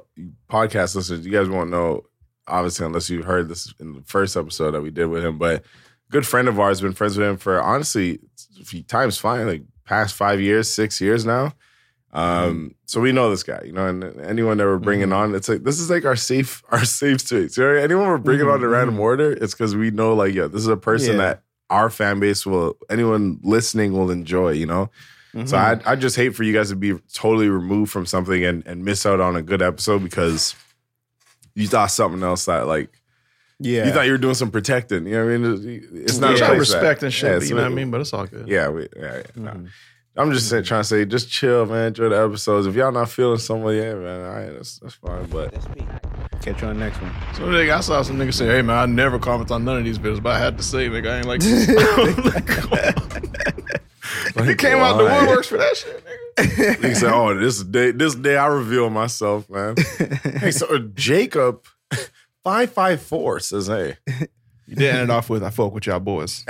[SPEAKER 3] Podcast listeners, you guys won't know, obviously, unless you heard this in the first episode that we did with him. But good friend of ours, been friends with him for honestly, if he- time's fine, like past five years, six years now.
[SPEAKER 5] Mm-hmm.
[SPEAKER 3] Um, so we know this guy, you know, and anyone that we're bringing on, it's like this is like our safe, [LAUGHS] our safe space. You know, anyone we're bringing on in random order, it's because we know, like, yeah, this is a person
[SPEAKER 5] Mm-hmm. Yeah.
[SPEAKER 3] that our fan base will, anyone listening will enjoy. You know,
[SPEAKER 5] Mm-hmm.
[SPEAKER 3] so
[SPEAKER 2] Mm-hmm.
[SPEAKER 3] I I just hate for you guys to be totally removed from something and, and miss out on a good episode because you thought something else that like
[SPEAKER 5] yeah.
[SPEAKER 3] you thought you were doing some protecting. You know what I mean? It's not
[SPEAKER 2] Which
[SPEAKER 3] a
[SPEAKER 2] I
[SPEAKER 3] place for that.
[SPEAKER 2] respect and shit.
[SPEAKER 3] Yeah,
[SPEAKER 2] but
[SPEAKER 3] so
[SPEAKER 2] you know what I
[SPEAKER 3] it-
[SPEAKER 2] mean? Mm-hmm. But it's all good.
[SPEAKER 3] Yeah, we, yeah, yeah, no. I'm just saying, trying to say, just chill, man. Enjoy the episodes. If y'all not feeling someone, yeah, man, all right, that's, that's fine. But [LAUGHS]
[SPEAKER 5] Catch you on the next one.
[SPEAKER 2] So nigga, I saw some nigga say, hey man, I never comment on none of these videos, but I had to say, nigga, I ain't like [LAUGHS] this. I'm like, come on. He came out the
[SPEAKER 3] why?
[SPEAKER 2] woodworks for that shit, nigga.
[SPEAKER 3] [LAUGHS] He said, "Oh, this day, this day, I reveal
[SPEAKER 2] [LAUGHS]
[SPEAKER 3] myself, man." hey, so uh, Jacob, [LAUGHS] five five four says, "Hey,
[SPEAKER 2] You did end it off with I fuck with y'all boys.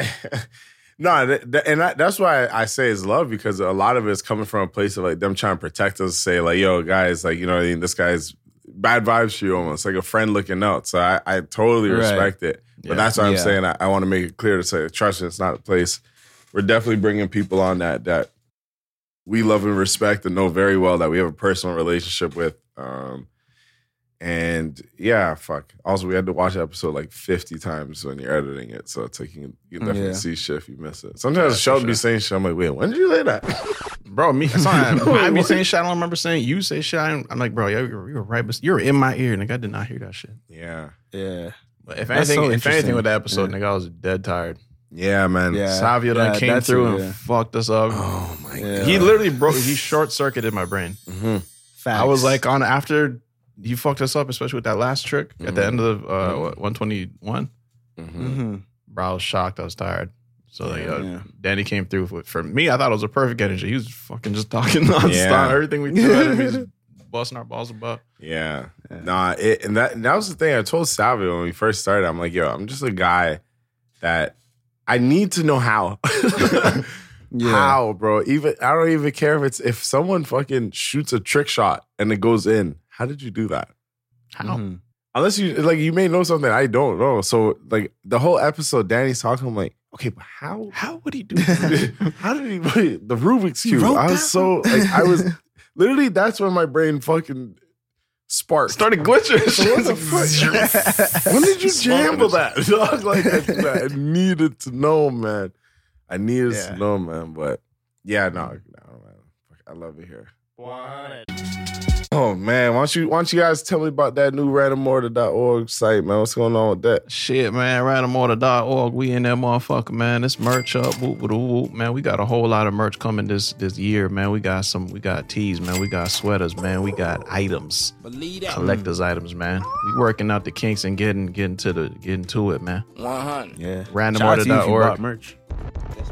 [SPEAKER 3] No, th- th- and that, that's why I say it's love because a lot of it is coming from a place of like them trying to protect us, say like, "Yo, guys, like you know, what I mean? this guy's bad vibes to you almost like a friend looking out." So I, I totally
[SPEAKER 2] Right.
[SPEAKER 3] respect it, but that's why I'm
[SPEAKER 5] Yeah.
[SPEAKER 3] saying I, I want to make it clear to say, trust me, it's not a place. We're definitely bringing people on that that we love and respect and know very well that we have a personal relationship with. Um, and yeah, fuck. Also, we had to watch the episode like 50 times when you're editing it. So it's like you can, you can definitely
[SPEAKER 5] Yeah.
[SPEAKER 3] see shit if you miss it. Sometimes Sheldon be saying shit. I'm like, wait, when did you say that?
[SPEAKER 2] Bro, me, sometimes [LAUGHS] I be saying shit. I don't remember saying you say shit. I'm, I'm like, bro, yo, you were, you were right. bes- You were in my ear, nigga. I did not hear that shit.
[SPEAKER 3] yeah.
[SPEAKER 5] Yeah.
[SPEAKER 2] But if
[SPEAKER 5] That's so
[SPEAKER 2] anything, if anything
[SPEAKER 5] interesting.
[SPEAKER 2] with that episode,
[SPEAKER 5] Yeah.
[SPEAKER 2] nigga, I was dead tired.
[SPEAKER 3] Yeah, man.
[SPEAKER 5] Yeah.
[SPEAKER 2] Savio done
[SPEAKER 5] yeah,
[SPEAKER 2] came
[SPEAKER 5] that's
[SPEAKER 2] through
[SPEAKER 5] it,
[SPEAKER 2] and
[SPEAKER 5] yeah.
[SPEAKER 2] fucked us up.
[SPEAKER 3] Oh, my mm-hmm.
[SPEAKER 5] Yeah.
[SPEAKER 2] He literally broke. He short circuited my brain.
[SPEAKER 5] Facts.
[SPEAKER 2] I was like on after he fucked us up, especially with that last trick at
[SPEAKER 5] Mm-hmm.
[SPEAKER 2] the end of uh, what, 121.
[SPEAKER 5] Mhm.
[SPEAKER 2] Bro, I was shocked. I was tired. So like, uh,
[SPEAKER 5] Yeah.
[SPEAKER 2] Danny came through with, for me. I thought it was a perfect energy. He was fucking just talking [LAUGHS] nonstop.
[SPEAKER 3] Yeah.
[SPEAKER 2] Everything we threw at him,
[SPEAKER 5] [LAUGHS]
[SPEAKER 2] he was busting our balls about.
[SPEAKER 3] Yeah. Nah, it, and that and that was the thing I told Savio when we first started. I'm like, yo, I'm just a guy that I need to know how. [LAUGHS]
[SPEAKER 5] [LAUGHS]
[SPEAKER 3] How, bro? Even I don't even care if it's if someone fucking shoots a trick shot and it goes in. How did you do that?
[SPEAKER 2] How?
[SPEAKER 3] Unless you like you may know something I don't know. So like the whole episode Danny's talking, I'm like, okay, but
[SPEAKER 6] [SIGHS]
[SPEAKER 3] how [LAUGHS]
[SPEAKER 2] How would [LAUGHS] he do that?
[SPEAKER 3] how did he play the Rubik's Cube? I was so like
[SPEAKER 2] [LAUGHS]
[SPEAKER 6] [LAUGHS]
[SPEAKER 3] I was literally that's when my brain fucking sparked. [LAUGHS]
[SPEAKER 2] Started glitching.
[SPEAKER 6] [LAUGHS]
[SPEAKER 3] What the
[SPEAKER 2] [LAUGHS]
[SPEAKER 3] fuck? when [LAUGHS] did you jamble that? Dog? Like I, I needed to know, man. I needed
[SPEAKER 5] Yeah.
[SPEAKER 3] to know, man. But yeah, no, no, man. Fuck, I love it here. Oh man, why don't you why don't you guys tell me about that new randomorder.org site, man? What's going on with that?
[SPEAKER 2] Shit, man. Randomorder.org. We in that motherfucker, man. It's merch up. Whoop, whoop, whoop. Man, we got a whole lot of merch coming this this year, man. We got some, we got tees, man. We got sweaters, man. We got items. Collectors items, man. We working out the kinks and getting getting to the getting to it, man.
[SPEAKER 5] yeah.
[SPEAKER 2] Randomorder.org.
[SPEAKER 5] merch.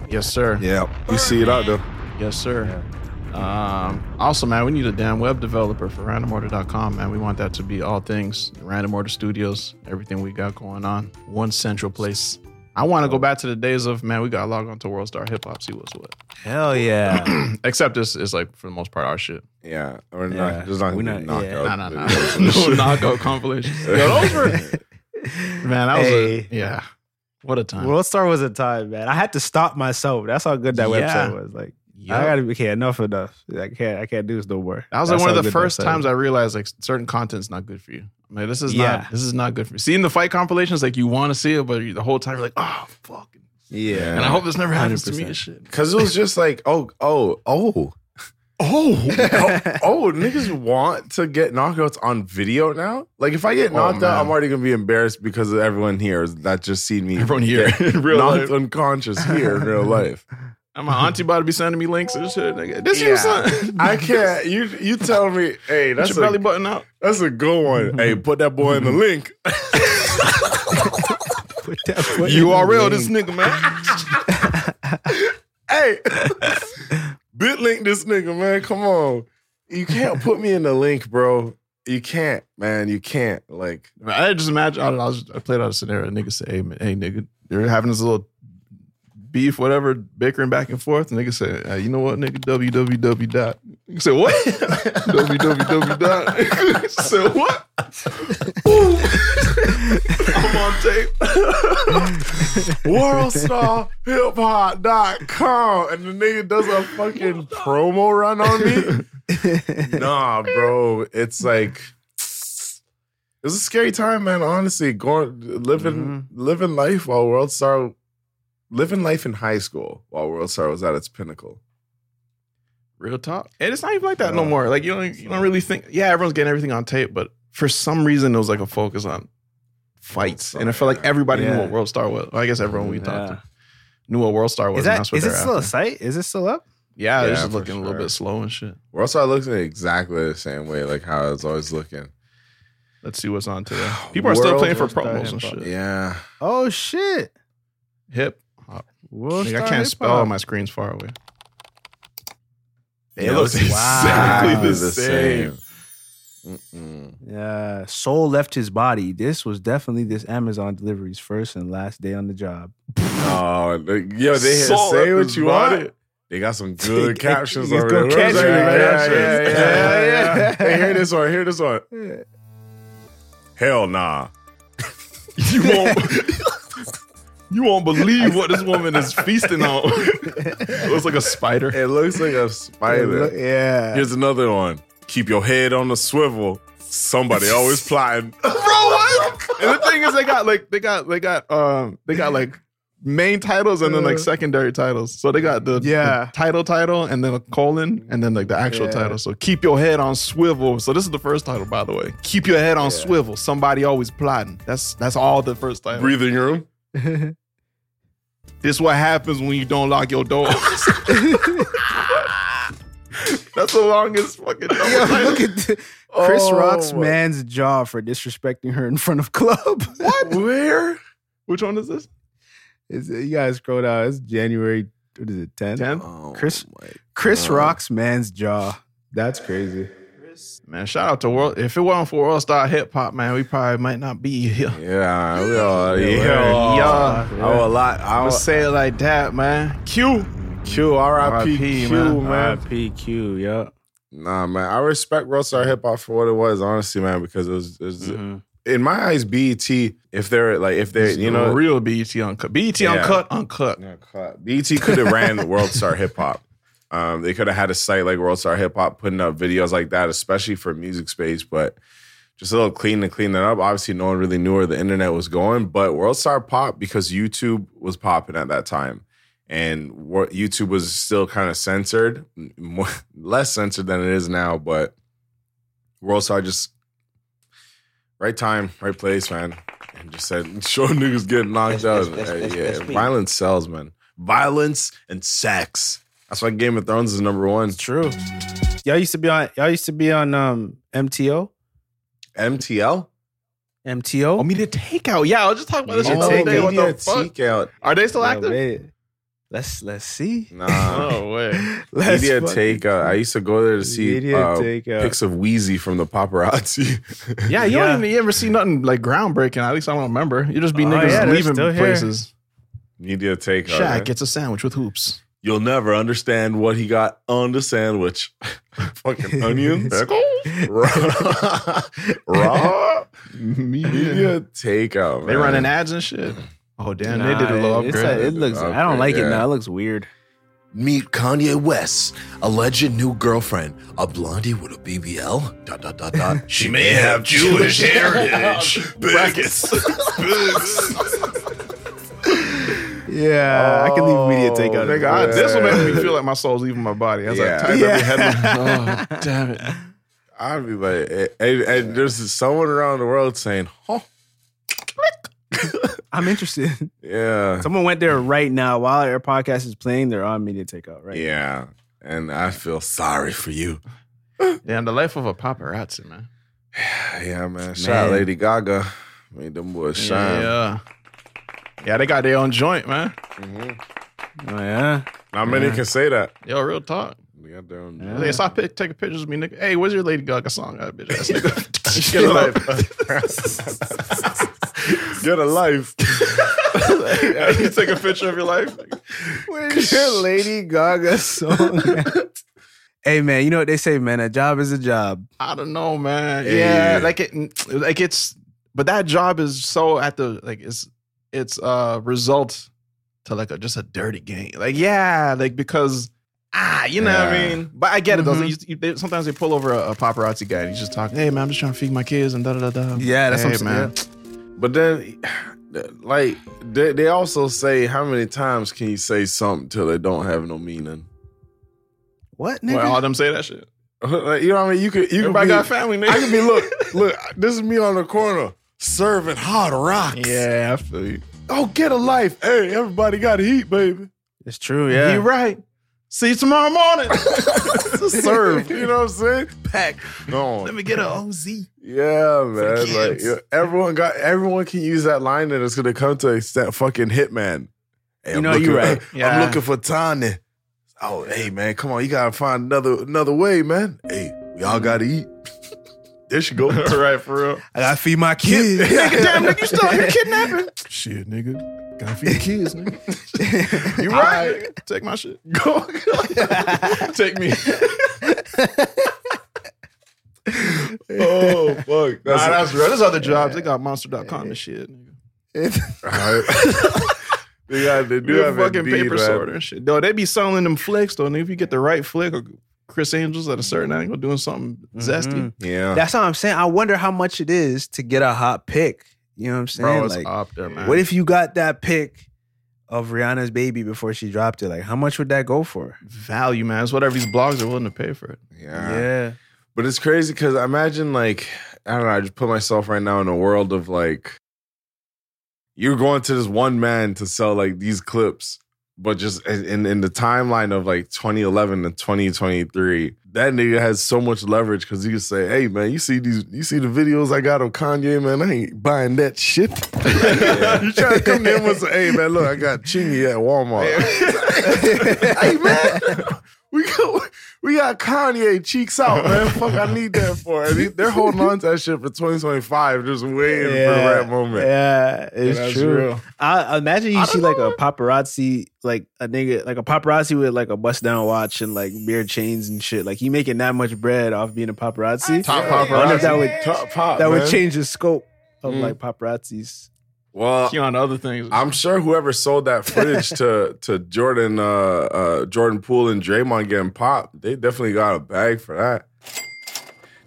[SPEAKER 2] Yes, sir.
[SPEAKER 3] Yeah, we see it out there.
[SPEAKER 2] Yes, sir. Um, also, man, we need a damn web developer for randomorder.com, man. We want that to be all things Random Order Studios, everything we got going on, one central place. I want to go back to the days of, man, we got to log on to World Star Hip Hop, see what's what. [CLEARS THROAT]
[SPEAKER 8] Hell yeah.
[SPEAKER 2] Except this is like, for the most part, our shit.
[SPEAKER 3] Yeah, we're
[SPEAKER 8] Yeah.
[SPEAKER 3] not just not
[SPEAKER 8] We're
[SPEAKER 3] gonna do
[SPEAKER 8] not- yeah.
[SPEAKER 3] knockout.
[SPEAKER 2] Nah, nah,
[SPEAKER 3] [LAUGHS]
[SPEAKER 2] nah. [LAUGHS] no knockout compilations. [LAUGHS] Yo, those were, [LAUGHS] man, that was
[SPEAKER 8] Hey.
[SPEAKER 2] a, yeah. What a time.
[SPEAKER 8] World Star was a time, man. I had to stop myself. That's how good that
[SPEAKER 2] Yeah.
[SPEAKER 8] website was. Like,
[SPEAKER 2] Yeah.
[SPEAKER 8] I gotta be okay. Enough, enough. I can't. I can't do this no more.
[SPEAKER 2] That was like
[SPEAKER 8] That's
[SPEAKER 2] one
[SPEAKER 8] how
[SPEAKER 2] of
[SPEAKER 8] good
[SPEAKER 2] the
[SPEAKER 8] that
[SPEAKER 2] first
[SPEAKER 8] site
[SPEAKER 2] times
[SPEAKER 8] was.
[SPEAKER 2] I realized like certain content's not good for you. I'm like, this is
[SPEAKER 8] Yeah.
[SPEAKER 2] not this is not good for me. Seeing the fight compilations, like you want to see it, but you- the whole time you're like, oh fuck.
[SPEAKER 3] Yeah,
[SPEAKER 2] And I hope this never happens to me and shit.
[SPEAKER 3] Cause it was just like, oh, oh, oh. [LAUGHS] Oh, oh, oh, niggas want to get knockouts on video now. Like, if I get knocked out,
[SPEAKER 2] Oh, man.
[SPEAKER 3] I'm already gonna be embarrassed because of everyone here is- that just seen me
[SPEAKER 2] Everyone here [LAUGHS]
[SPEAKER 3] get
[SPEAKER 2] in real
[SPEAKER 3] knocked
[SPEAKER 2] life.
[SPEAKER 3] unconscious here in
[SPEAKER 2] [LAUGHS]
[SPEAKER 3] real life.
[SPEAKER 2] And my auntie about to be sending me links and shit. Nigga. This your son.
[SPEAKER 3] I can't. You you tell me, hey,
[SPEAKER 2] Put
[SPEAKER 3] that's
[SPEAKER 2] your
[SPEAKER 3] a,
[SPEAKER 2] belly button out.
[SPEAKER 3] that's a
[SPEAKER 2] [LAUGHS]
[SPEAKER 3] good one. hey, put that boy in the link.
[SPEAKER 8] [LAUGHS]
[SPEAKER 2] You are real, this nigga, man.
[SPEAKER 3] hey, bitlink this nigga, man. Come on. You can't put me in the link, bro. You can't, man. You can't. Like,
[SPEAKER 2] I just imagine I, don't know, I, was, I played out a scenario. Nigga say, hey, man, hey nigga, they're having this little beef, whatever, bickering back and forth. And nigga say, "Uh, you know what, nigga, www dot. You say, what? [LAUGHS] www dot. [LAUGHS] say, what? [LAUGHS] Ooh. [LAUGHS] I'm on tape.
[SPEAKER 3] worldstarhiphop.com. And the nigga does a fucking promo run on
[SPEAKER 2] [LAUGHS]
[SPEAKER 3] me. nah, bro. It's like it was a scary time, man. Honestly, going living
[SPEAKER 2] Mm-hmm.
[SPEAKER 3] living life while World Star living life in high school while World Star was at its pinnacle.
[SPEAKER 2] Real talk. And it's not even like that no more. Like you don't you don't really think yeah, everyone's getting everything on tape, but for some reason it was like a focus on fights. And I felt like everybody knew what World Star was. Well, I guess everyone we talked to knew what World Star was.
[SPEAKER 8] Is
[SPEAKER 2] and
[SPEAKER 8] that
[SPEAKER 2] that's what
[SPEAKER 8] is it
[SPEAKER 2] they're
[SPEAKER 8] still a
[SPEAKER 2] after.
[SPEAKER 8] site? Is it still up?
[SPEAKER 2] Yeah,
[SPEAKER 3] Yeah,
[SPEAKER 2] it's just
[SPEAKER 3] for
[SPEAKER 2] looking a little
[SPEAKER 3] sure.
[SPEAKER 2] bit slow and shit.
[SPEAKER 3] World Star looks exactly the same way, like how it's always looking.
[SPEAKER 2] Let's see what's on
[SPEAKER 8] [SIGHS]
[SPEAKER 2] today. People are still
[SPEAKER 3] World
[SPEAKER 2] playing for
[SPEAKER 8] Star
[SPEAKER 2] promos and
[SPEAKER 8] Hip Hop.
[SPEAKER 2] shit.
[SPEAKER 3] Yeah.
[SPEAKER 8] Oh shit!
[SPEAKER 2] Hip. hop.
[SPEAKER 8] World
[SPEAKER 2] Like,
[SPEAKER 8] Star
[SPEAKER 2] I can't
[SPEAKER 8] Hip
[SPEAKER 2] spell.
[SPEAKER 8] Hop.
[SPEAKER 2] My screen's far
[SPEAKER 8] [LAUGHS]
[SPEAKER 2] away.
[SPEAKER 3] It looks
[SPEAKER 8] exactly
[SPEAKER 2] the same.
[SPEAKER 3] Mm-mm.
[SPEAKER 6] Yeah, soul left his body. This was definitely this Amazon delivery's first and last day on the job. [LAUGHS]
[SPEAKER 3] Oh, like, yo, they hit
[SPEAKER 2] Salt
[SPEAKER 3] say
[SPEAKER 2] up
[SPEAKER 3] what
[SPEAKER 2] his
[SPEAKER 3] you
[SPEAKER 2] body.
[SPEAKER 3] want. They got some good captions
[SPEAKER 6] It's
[SPEAKER 3] over there.
[SPEAKER 6] good captions,
[SPEAKER 3] yeah,
[SPEAKER 6] right?
[SPEAKER 3] yeah, yeah, yeah, yeah,
[SPEAKER 6] Yeah,
[SPEAKER 3] yeah. Hey, hear this one. Hear this one. Hell nah.
[SPEAKER 2] You won't. [LAUGHS] you won't believe what this woman is feasting on. [LAUGHS] it was like
[SPEAKER 8] [LAUGHS]
[SPEAKER 2] a spider.
[SPEAKER 3] It looks like a
[SPEAKER 8] Look-
[SPEAKER 3] spider.
[SPEAKER 8] Yeah.
[SPEAKER 3] Here's another one. Keep your head on the swivel. Somebody always plotting.
[SPEAKER 2] And the thing is, they got like they got they got um they got like main titles and then like secondary titles. So they got the, the
[SPEAKER 8] Yeah.
[SPEAKER 2] title title and then a colon and then like the actual title. So keep your head on swivel. So this is the first title, by the way. Keep your head on swivel. Somebody always plotting. That's that's all the first title.
[SPEAKER 3] Breathing room.
[SPEAKER 2] This what happens when you don't lock your
[SPEAKER 6] [LAUGHS]
[SPEAKER 2] doors. [LAUGHS] That's the longest fucking.
[SPEAKER 6] Yo,
[SPEAKER 2] title.
[SPEAKER 6] [LAUGHS] look at th- Chris
[SPEAKER 3] [LAUGHS] Oh,
[SPEAKER 6] Rock's
[SPEAKER 3] my-
[SPEAKER 6] man's jaw for disrespecting her in front of club. [LAUGHS] What?
[SPEAKER 3] Where?
[SPEAKER 2] Which one is this?
[SPEAKER 6] Is it, you guys scroll down. It's January. What is it? 10th?
[SPEAKER 2] Ten.
[SPEAKER 3] Oh,
[SPEAKER 6] Chris-
[SPEAKER 3] my
[SPEAKER 6] Chris
[SPEAKER 3] Uh-huh.
[SPEAKER 6] Rock's man's jaw. That's crazy.
[SPEAKER 2] Man, shout out to world. If it wasn't for World Star Hip Hop, man, we probably might not be here.
[SPEAKER 3] Yeah, we all yeah.
[SPEAKER 2] Yeah.
[SPEAKER 3] I owe a lot. I
[SPEAKER 2] I'll
[SPEAKER 3] owe,
[SPEAKER 2] say it like that, man. Q.
[SPEAKER 3] Q, R.I.P. Q, man.
[SPEAKER 6] PQ, yeah.
[SPEAKER 3] Nah, man. I respect World Star Hip Hop for what it was, honestly, man, because it was, it was
[SPEAKER 6] Mm-hmm.
[SPEAKER 3] in my eyes, BET, if they're like, if they're, you know,
[SPEAKER 2] real BET uncut. BET
[SPEAKER 3] Yeah.
[SPEAKER 2] uncut, uncut.
[SPEAKER 3] Yeah, clap. BET could have ran World Star Hip Hop. Um, they could have had a site like World Star Hip Hop putting up videos like that, especially for music space. But just a little clean to clean that up. Obviously, no one really knew where the internet was going. But World Star popped because YouTube was popping at that time, and wor- YouTube was still kind of censored, m- [LAUGHS] more, less censored than it is now. But World Star just right time, right place, man. And just said, [LAUGHS] show niggas getting knocked out. Hey, yeah, violence sells, man. Violence and sex. That's why Game of Thrones is number one.
[SPEAKER 6] True. Y'all used to be on y'all used to be on um MTO.
[SPEAKER 3] MTL?
[SPEAKER 6] MTO.
[SPEAKER 3] Oh,
[SPEAKER 2] media takeout. Yeah, I was just talking about this
[SPEAKER 6] Media
[SPEAKER 2] the other day.
[SPEAKER 6] Takeout.
[SPEAKER 2] What the fuck?
[SPEAKER 3] Takeout.
[SPEAKER 2] Are they still
[SPEAKER 6] Yeah,
[SPEAKER 2] active? Oh,
[SPEAKER 6] man. Let's let's
[SPEAKER 3] [LAUGHS]
[SPEAKER 6] see.
[SPEAKER 2] [LAUGHS]
[SPEAKER 3] Nah.
[SPEAKER 2] No
[SPEAKER 6] [LAUGHS]
[SPEAKER 2] way.
[SPEAKER 6] Let's
[SPEAKER 3] Media
[SPEAKER 6] fucking-
[SPEAKER 3] takeout. I used to go there to see
[SPEAKER 6] Media
[SPEAKER 3] uh,
[SPEAKER 6] takeout.
[SPEAKER 3] pics of Wheezy from the paparazzi. [LAUGHS]
[SPEAKER 2] Yeah, you
[SPEAKER 8] Yeah.
[SPEAKER 2] don't even you ever see nothing like groundbreaking. At least I don't remember. You just be
[SPEAKER 8] Oh,
[SPEAKER 2] niggas
[SPEAKER 8] yeah, they're
[SPEAKER 2] leaving
[SPEAKER 8] still here.
[SPEAKER 2] places.
[SPEAKER 3] Media takeout.
[SPEAKER 2] Shaq
[SPEAKER 3] eh?
[SPEAKER 2] gets a sandwich with hoops.
[SPEAKER 3] You'll never understand what he got on the sandwich. [LAUGHS]
[SPEAKER 2] [LAUGHS]
[SPEAKER 3] Fucking onions. raw. [LAUGHS]
[SPEAKER 2] [LAUGHS]
[SPEAKER 3] raw media takeout.
[SPEAKER 2] They
[SPEAKER 3] man.
[SPEAKER 2] running ads and shit. Oh damn, they did a
[SPEAKER 6] Nah,
[SPEAKER 2] little
[SPEAKER 6] it's like-
[SPEAKER 2] upgrade.
[SPEAKER 6] it looks. I don't
[SPEAKER 3] Upgrade,
[SPEAKER 6] like
[SPEAKER 3] yeah.
[SPEAKER 6] it now. It looks weird.
[SPEAKER 5] Meet Kanye West, alleged new girlfriend, a blondie with a BBL. Dot dot dot dot. She may have Jewish heritage. [LAUGHS] Brackets.
[SPEAKER 6] Yeah, I can leave media
[SPEAKER 3] Oh,
[SPEAKER 6] takeout.
[SPEAKER 2] Nigga, I- this will make me feel like my soul's leaving my body. I was
[SPEAKER 3] Yeah.
[SPEAKER 2] like, type
[SPEAKER 3] Yeah.
[SPEAKER 2] every headline. oh, damn it.
[SPEAKER 3] I'd be like, and, and there's someone around the world saying, "Huh,
[SPEAKER 6] [LAUGHS] I'm
[SPEAKER 3] [LAUGHS]
[SPEAKER 6] interested.
[SPEAKER 3] yeah,
[SPEAKER 6] Someone went there right now while our podcast is playing. They're on media takeout right
[SPEAKER 3] yeah," and I feel sorry for you.
[SPEAKER 2] Damn, the life of a paparazzi, man.
[SPEAKER 3] Yeah, man. Shout out Lady Gaga. Made them boys shine.
[SPEAKER 2] Yeah. Yeah, they got their own joint, man.
[SPEAKER 6] now. Oh, yeah.
[SPEAKER 3] Not many can say that.
[SPEAKER 2] Yo, real talk.
[SPEAKER 3] They got their own.
[SPEAKER 2] They saw pic, taking pictures of me, nigga. Hey, where's your Lady Gaga song? Uh, bitch ass
[SPEAKER 6] [LAUGHS]
[SPEAKER 2] nigga. [LAUGHS] Get a life.
[SPEAKER 3] Get a life.
[SPEAKER 2] you take a picture of your life. [LAUGHS]
[SPEAKER 6] Where's your Lady Gaga song? at? hey man, you know what they say, man. A job is a job.
[SPEAKER 2] I don't know, man.
[SPEAKER 3] Hey.
[SPEAKER 2] Yeah, like it, like it's, but that job is so at the like it's it's uh result to like a, just a dirty game. Like yeah, like because ah, you know what I
[SPEAKER 3] Yeah.
[SPEAKER 2] mean. But I get
[SPEAKER 6] Mm-hmm.
[SPEAKER 2] it though. You- you- they- sometimes they pull over a, a paparazzi guy and he's just talking. Hey man, I'm just trying to feed my kids and da da da da.
[SPEAKER 6] Yeah, that's
[SPEAKER 2] hey,
[SPEAKER 6] what I'm saying,
[SPEAKER 2] man.
[SPEAKER 3] But then, like, they, they also say, how many times can you say something till it don't have no meaning? [LAUGHS]
[SPEAKER 6] What
[SPEAKER 2] Why
[SPEAKER 6] nigga?
[SPEAKER 2] all them say that shit.
[SPEAKER 3] Like, you know what I mean? You could, you could
[SPEAKER 2] Everybody
[SPEAKER 3] be,
[SPEAKER 2] got family, nigga.
[SPEAKER 3] I could be, look, look, this is me on the corner serving
[SPEAKER 6] [LAUGHS]
[SPEAKER 3] hot rocks.
[SPEAKER 2] Yeah, I feel you.
[SPEAKER 3] Oh, get a life. Hey, everybody got heat, baby.
[SPEAKER 6] it's true. Yeah.
[SPEAKER 2] You right. See you tomorrow [LAUGHS] morning.
[SPEAKER 3] Serve. you know what I'm saying? Pack. No.
[SPEAKER 2] Let me get a OZ.
[SPEAKER 3] Yeah, man. Like
[SPEAKER 2] kids.
[SPEAKER 3] yeah, everyone got everyone can use that line and it's gonna come to extent fucking hitman. Hey,
[SPEAKER 6] You know, you're right.
[SPEAKER 2] Yeah.
[SPEAKER 3] [LAUGHS] I'm looking for Tanya. Oh, hey man, come on, you gotta find another another way, man. Hey, we all gotta eat. [LAUGHS] there she
[SPEAKER 2] [LAUGHS]
[SPEAKER 3] go.
[SPEAKER 2] right, for real.
[SPEAKER 6] I gotta feed my kids.
[SPEAKER 2] [LAUGHS] Damn, nigga, you still here kidnapping?
[SPEAKER 3] Shit, nigga. Gotta feed the kids, nigga.
[SPEAKER 2] [LAUGHS] You right? nigga. Take my shit. Go. [LAUGHS] Take me.
[SPEAKER 3] oh fuck. That's
[SPEAKER 2] nah, that's real. There's [LAUGHS] other jobs. They got monster.com and shit. Nigga. [LAUGHS]
[SPEAKER 6] [LAUGHS]
[SPEAKER 3] right. they got they do
[SPEAKER 2] Real
[SPEAKER 3] have
[SPEAKER 2] fucking
[SPEAKER 3] Indeed,
[SPEAKER 2] paper
[SPEAKER 3] man.
[SPEAKER 2] sorter and shit. Though they be selling them flicks though. And if you get the right flick or Chris Angels at a certain angle doing something zesty.
[SPEAKER 3] Yeah.
[SPEAKER 6] Mm-hmm. That's what I'm saying. I wonder how much it is to get a hot pick. You know what I'm saying?
[SPEAKER 2] Bro, it's
[SPEAKER 6] like,
[SPEAKER 2] up there, man.
[SPEAKER 6] what if you got that pick of Rihanna's baby before she dropped it? Like, how much would that go for?
[SPEAKER 2] value, man? It's whatever these blogs are willing to pay for it.
[SPEAKER 3] yeah. But it's crazy because I imagine like I don't know. I just put myself right now in a world of like you're going to this one man to sell like these clips, but just in- in in the timeline of like 2011 to 2023, that nigga has so much leverage because he can say, "Hey man, you see these, you see the videos I got on Kanye, man. I ain't buying that shit." [LAUGHS] you try to come to him and say, "Hey man, look, I got Chingy at Walmart." hey
[SPEAKER 6] [LAUGHS]
[SPEAKER 3] man. We got, we got Kanye cheeks out, man. Fuck, I need that for. And he- they're holding on to that shit for 2025, just waiting for the right moment.
[SPEAKER 6] Yeah, it's
[SPEAKER 3] that's
[SPEAKER 6] true.
[SPEAKER 3] real.
[SPEAKER 6] I I imagine you see like a paparazzi, like a nigga, like a paparazzi with like a bust down watch and like beard chains and shit. Like he making that much bread off being a paparazzi.
[SPEAKER 3] Top
[SPEAKER 6] I wonder if that would
[SPEAKER 3] top pop.
[SPEAKER 6] that would
[SPEAKER 3] man.
[SPEAKER 6] change the scope of
[SPEAKER 3] Mm.
[SPEAKER 6] like paparazzis.
[SPEAKER 3] Well,
[SPEAKER 2] You on other things.
[SPEAKER 3] I'm sure whoever sold that footage to to Jordan, uh, uh, Jordan Poole and Draymond getting popped, they definitely got a bag for that.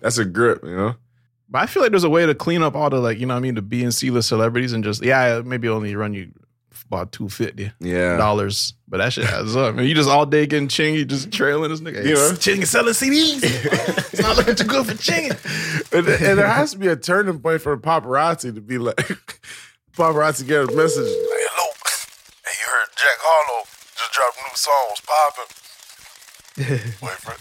[SPEAKER 3] That's a grip, you know.
[SPEAKER 2] But I feel like there's a way to clean up all the like, you know what I mean, the B and C list celebrities and just yeah, maybe only run you about two fifty
[SPEAKER 3] Yeah.
[SPEAKER 2] dollars. But that shit adds up. Man, you just all day getting chingy, just trailing this nigga.
[SPEAKER 3] You know?
[SPEAKER 2] chingy selling
[SPEAKER 3] [LAUGHS]
[SPEAKER 2] CDs. it's not looking too good for chingy.
[SPEAKER 3] and, and there has to be a turning point for paparazzi to be like, [LAUGHS] paparazzi get a message. Hey, hello. Hey, you heard Jack Harlow just dropped new songs popping. Wait for it.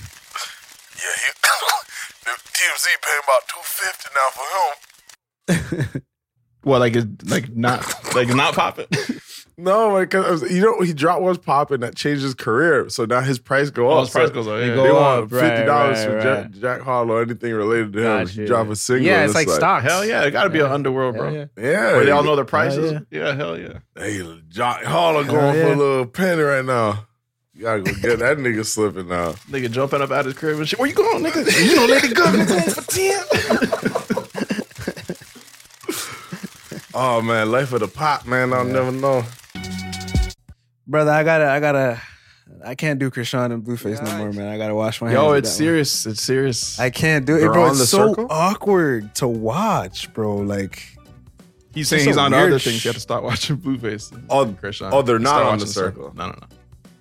[SPEAKER 3] Yeah, he, [COUGHS] the TMZ paying about two fifty now for him.
[SPEAKER 2] Well, like it, like not like not popping.
[SPEAKER 3] No, because you know he dropped what's popping that changed his career. So now his price go
[SPEAKER 2] Oh,
[SPEAKER 3] up.
[SPEAKER 2] his price
[SPEAKER 3] So
[SPEAKER 2] goes up,
[SPEAKER 3] They,
[SPEAKER 2] yeah.
[SPEAKER 3] go
[SPEAKER 2] They
[SPEAKER 3] want
[SPEAKER 8] up, right,
[SPEAKER 3] fifty dollars for
[SPEAKER 8] right,
[SPEAKER 3] Jack,
[SPEAKER 8] right.
[SPEAKER 3] Jack Hall or anything related to him.
[SPEAKER 8] Got
[SPEAKER 3] if
[SPEAKER 8] you.
[SPEAKER 3] you drop a single.
[SPEAKER 8] Ah, yeah, it's like stocks.
[SPEAKER 2] Hell yeah, it got to be an underworld, bro.
[SPEAKER 8] Yeah,
[SPEAKER 3] Yeah,
[SPEAKER 2] Where they all know their prices.
[SPEAKER 8] yeah.
[SPEAKER 2] yeah. hell yeah.
[SPEAKER 3] Hey, Jack Hall are going for
[SPEAKER 8] yeah.
[SPEAKER 3] a little penny right now. You gotta go get that nigga slipping now.
[SPEAKER 2] Nigga jumping up out of his crib and shit. Where you going, nigga? You know, nigga, [LAUGHS] go. Nigga, going for ten.
[SPEAKER 3] Oh man, life of the pop, man. I'll never know.
[SPEAKER 6] brother. I gotta, I gotta, I can't do Krishan and Blueface no more, man. I gotta wash my hands.
[SPEAKER 2] Yo,
[SPEAKER 6] of
[SPEAKER 2] it's
[SPEAKER 6] that one.
[SPEAKER 2] serious. It's serious.
[SPEAKER 6] I can't do it,
[SPEAKER 3] They're
[SPEAKER 6] bro.
[SPEAKER 3] on
[SPEAKER 6] It's
[SPEAKER 3] the
[SPEAKER 6] so
[SPEAKER 3] circle?
[SPEAKER 6] awkward to watch, bro. Like,
[SPEAKER 2] he's saying
[SPEAKER 6] it's
[SPEAKER 2] he's
[SPEAKER 6] a
[SPEAKER 2] on to
[SPEAKER 6] weird
[SPEAKER 2] other things.
[SPEAKER 6] sh-
[SPEAKER 2] You have to start watching Blueface.
[SPEAKER 3] Oh,
[SPEAKER 2] Chris Sean.
[SPEAKER 3] oh, they're not
[SPEAKER 2] Start
[SPEAKER 3] on
[SPEAKER 2] watching
[SPEAKER 3] the circle.
[SPEAKER 2] No, no, no.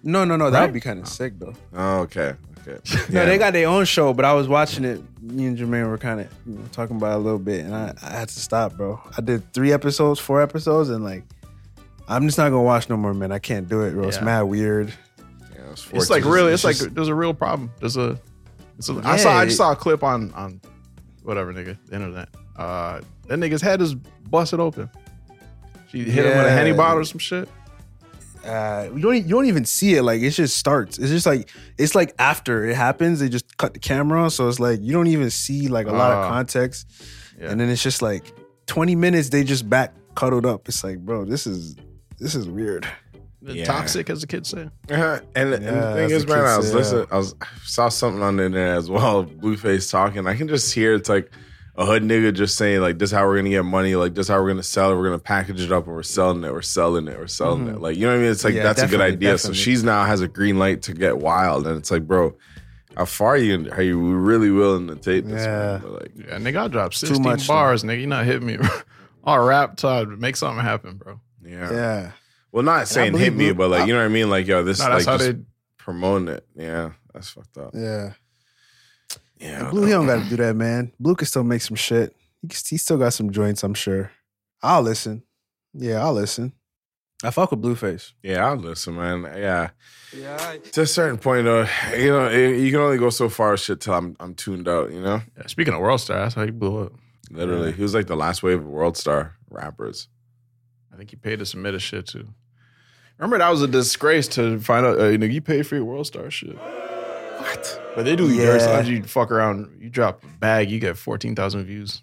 [SPEAKER 6] no, no, no. That would be kind of sick, though.
[SPEAKER 3] Oh, okay, okay.
[SPEAKER 6] No,
[SPEAKER 3] Yeah.
[SPEAKER 6] they got their own show, but I was watching it. Me and Jermaine were kind of you know, talking about it a little bit, and I, I had to stop, bro. I did three episodes, four episodes, and like, I'm just not gonna watch no more, man. I can't do it, bro. It's
[SPEAKER 2] Yeah.
[SPEAKER 6] mad weird.
[SPEAKER 3] Yeah, it's,
[SPEAKER 2] It's like really. It's,
[SPEAKER 3] just-
[SPEAKER 2] like there's a real problem. There's a. It's a I saw. I
[SPEAKER 6] Yeah.
[SPEAKER 2] just saw a clip on on, whatever nigga the internet. Uh, that nigga's head is busted open. She hit him with a
[SPEAKER 6] Yeah.
[SPEAKER 2] henny bottle or some shit.
[SPEAKER 6] Uh, you don't you don't even see it. Like it just starts. It's just like it's like after it happens, they just cut the camera, so it's like you don't even see like a lot of
[SPEAKER 2] Ah.
[SPEAKER 6] context,
[SPEAKER 2] Yeah.
[SPEAKER 6] and then it's just like 20 minutes. They just back cuddled up. It's like, bro, this is this is weird.
[SPEAKER 2] Toxic, as the kids say.
[SPEAKER 3] Uh-huh. [LAUGHS] And, and
[SPEAKER 6] Yeah,
[SPEAKER 3] the thing
[SPEAKER 6] that's
[SPEAKER 3] is,
[SPEAKER 6] the
[SPEAKER 3] man,
[SPEAKER 6] kids,
[SPEAKER 3] I was
[SPEAKER 6] yeah.
[SPEAKER 3] listening. I was I saw something on the internet as well. [LAUGHS] of Blueface talking. I can just hear it's like a hood nigga just saying like, "This is how we're gonna get money. Like this is how we're gonna sell it. We're gonna package it up, and we're selling it. We're selling it. We're selling it. Like you know what I mean? It's like
[SPEAKER 6] Mm-hmm. Yeah,
[SPEAKER 3] that's a good
[SPEAKER 6] definitely,
[SPEAKER 3] idea. So
[SPEAKER 6] definitely.
[SPEAKER 3] she's now has a green light to get wild, and it's like, bro, how far are you? Are you really willing to take this? man?
[SPEAKER 6] Yeah.
[SPEAKER 3] Like,
[SPEAKER 2] Yeah, nigga, I dropped
[SPEAKER 6] too
[SPEAKER 2] 16
[SPEAKER 6] much, though.
[SPEAKER 2] bars, nigga. You're not hitting me. [LAUGHS] All rap, Todd. Make something happen, bro.
[SPEAKER 3] yeah.
[SPEAKER 6] Yeah.
[SPEAKER 3] Well, not saying hit
[SPEAKER 6] believe
[SPEAKER 3] me,
[SPEAKER 6] Blue-
[SPEAKER 3] but like you know what I mean? Like yo, this
[SPEAKER 2] No,
[SPEAKER 3] like
[SPEAKER 2] that's how
[SPEAKER 3] just
[SPEAKER 2] they.
[SPEAKER 3] promoting it. Yeah, that's fucked up.
[SPEAKER 6] Yeah.
[SPEAKER 3] Yeah.
[SPEAKER 6] Blue, he don't got to do that, man. Blue can still make some shit. He, can- he still got some joints, I'm sure. I'll listen. Yeah, I'll listen. I fuck with Blueface.
[SPEAKER 3] Yeah, I'll listen, man. Yeah. Yeah. To a certain point, though, you know, it, you can only go so far with shit till I'm I'm tuned out. You know,
[SPEAKER 2] Yeah, speaking of world star, that's how he blew up.
[SPEAKER 3] literally, he was like the last wave of world star rappers.
[SPEAKER 2] I think he paid to submit his shit too. Remember that was a disgrace to find out. Uh, you know, you paid for your world star shit. What? But they do yours.
[SPEAKER 6] Yeah.
[SPEAKER 2] After You fuck around. You drop a bag. You get fourteen thousand views,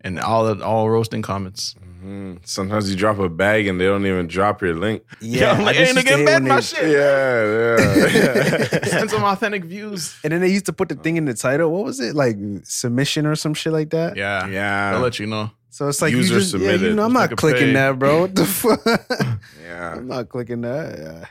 [SPEAKER 2] and all the all roasting
[SPEAKER 6] [LAUGHS]
[SPEAKER 2] comments. Mm-hmm.
[SPEAKER 3] Mhm. Sometimes you drop a bag and they don't even drop your link.
[SPEAKER 2] [LAUGHS] Yeah, I'm like, ain't nigga embed my
[SPEAKER 3] Yeah,
[SPEAKER 2] shit.
[SPEAKER 3] yeah. [LAUGHS]
[SPEAKER 2] Send some authentic views.
[SPEAKER 6] And then they used to put the thing in the title. What was it? Like submission or some shit like that?
[SPEAKER 2] Yeah, I'll
[SPEAKER 3] yeah,
[SPEAKER 2] let you know.
[SPEAKER 6] So it's like, you
[SPEAKER 3] User
[SPEAKER 6] just, yeah, you
[SPEAKER 3] submitted.
[SPEAKER 6] know, I'm
[SPEAKER 3] It's
[SPEAKER 6] not
[SPEAKER 2] like a
[SPEAKER 6] clicking
[SPEAKER 2] page.
[SPEAKER 6] that, bro. What the
[SPEAKER 2] [LAUGHS]
[SPEAKER 6] [LAUGHS] fuck?
[SPEAKER 3] yeah.
[SPEAKER 6] I'm not clicking that. Yeah.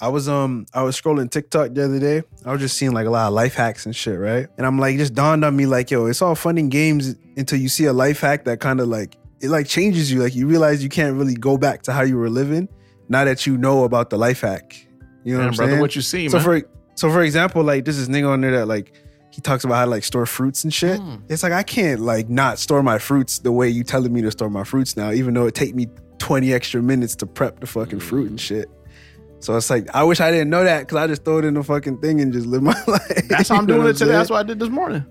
[SPEAKER 6] I was um I was scrolling TikTok the other day. I was just seeing like a lot of life hacks and shit, right? And I'm like, it just dawned on me like, yo, it's all fun and games until you see a life hack that kind of like it like changes you. Like you realize you can't really go back to how you were living now that you know about the life hack. You
[SPEAKER 2] Damn,
[SPEAKER 6] know what I'm
[SPEAKER 2] brother,
[SPEAKER 6] saying?
[SPEAKER 2] what you see,
[SPEAKER 6] so
[SPEAKER 2] man?
[SPEAKER 6] for so for example, like this is nigga on there that like he talks about how to like store fruits and shit.
[SPEAKER 2] Hmm.
[SPEAKER 6] It's like I can't like not store my fruits the way you telling me to store my fruits now, even though it take me twenty extra minutes to prep the fucking fruit
[SPEAKER 2] Hmm.
[SPEAKER 6] and shit. So it's like I wish I didn't know that because I just throw it in the fucking thing and just live my [LAUGHS] life.
[SPEAKER 2] That's how I'm
[SPEAKER 6] You know
[SPEAKER 2] doing
[SPEAKER 6] what
[SPEAKER 2] it today.
[SPEAKER 6] saying?
[SPEAKER 2] That's what I did this morning.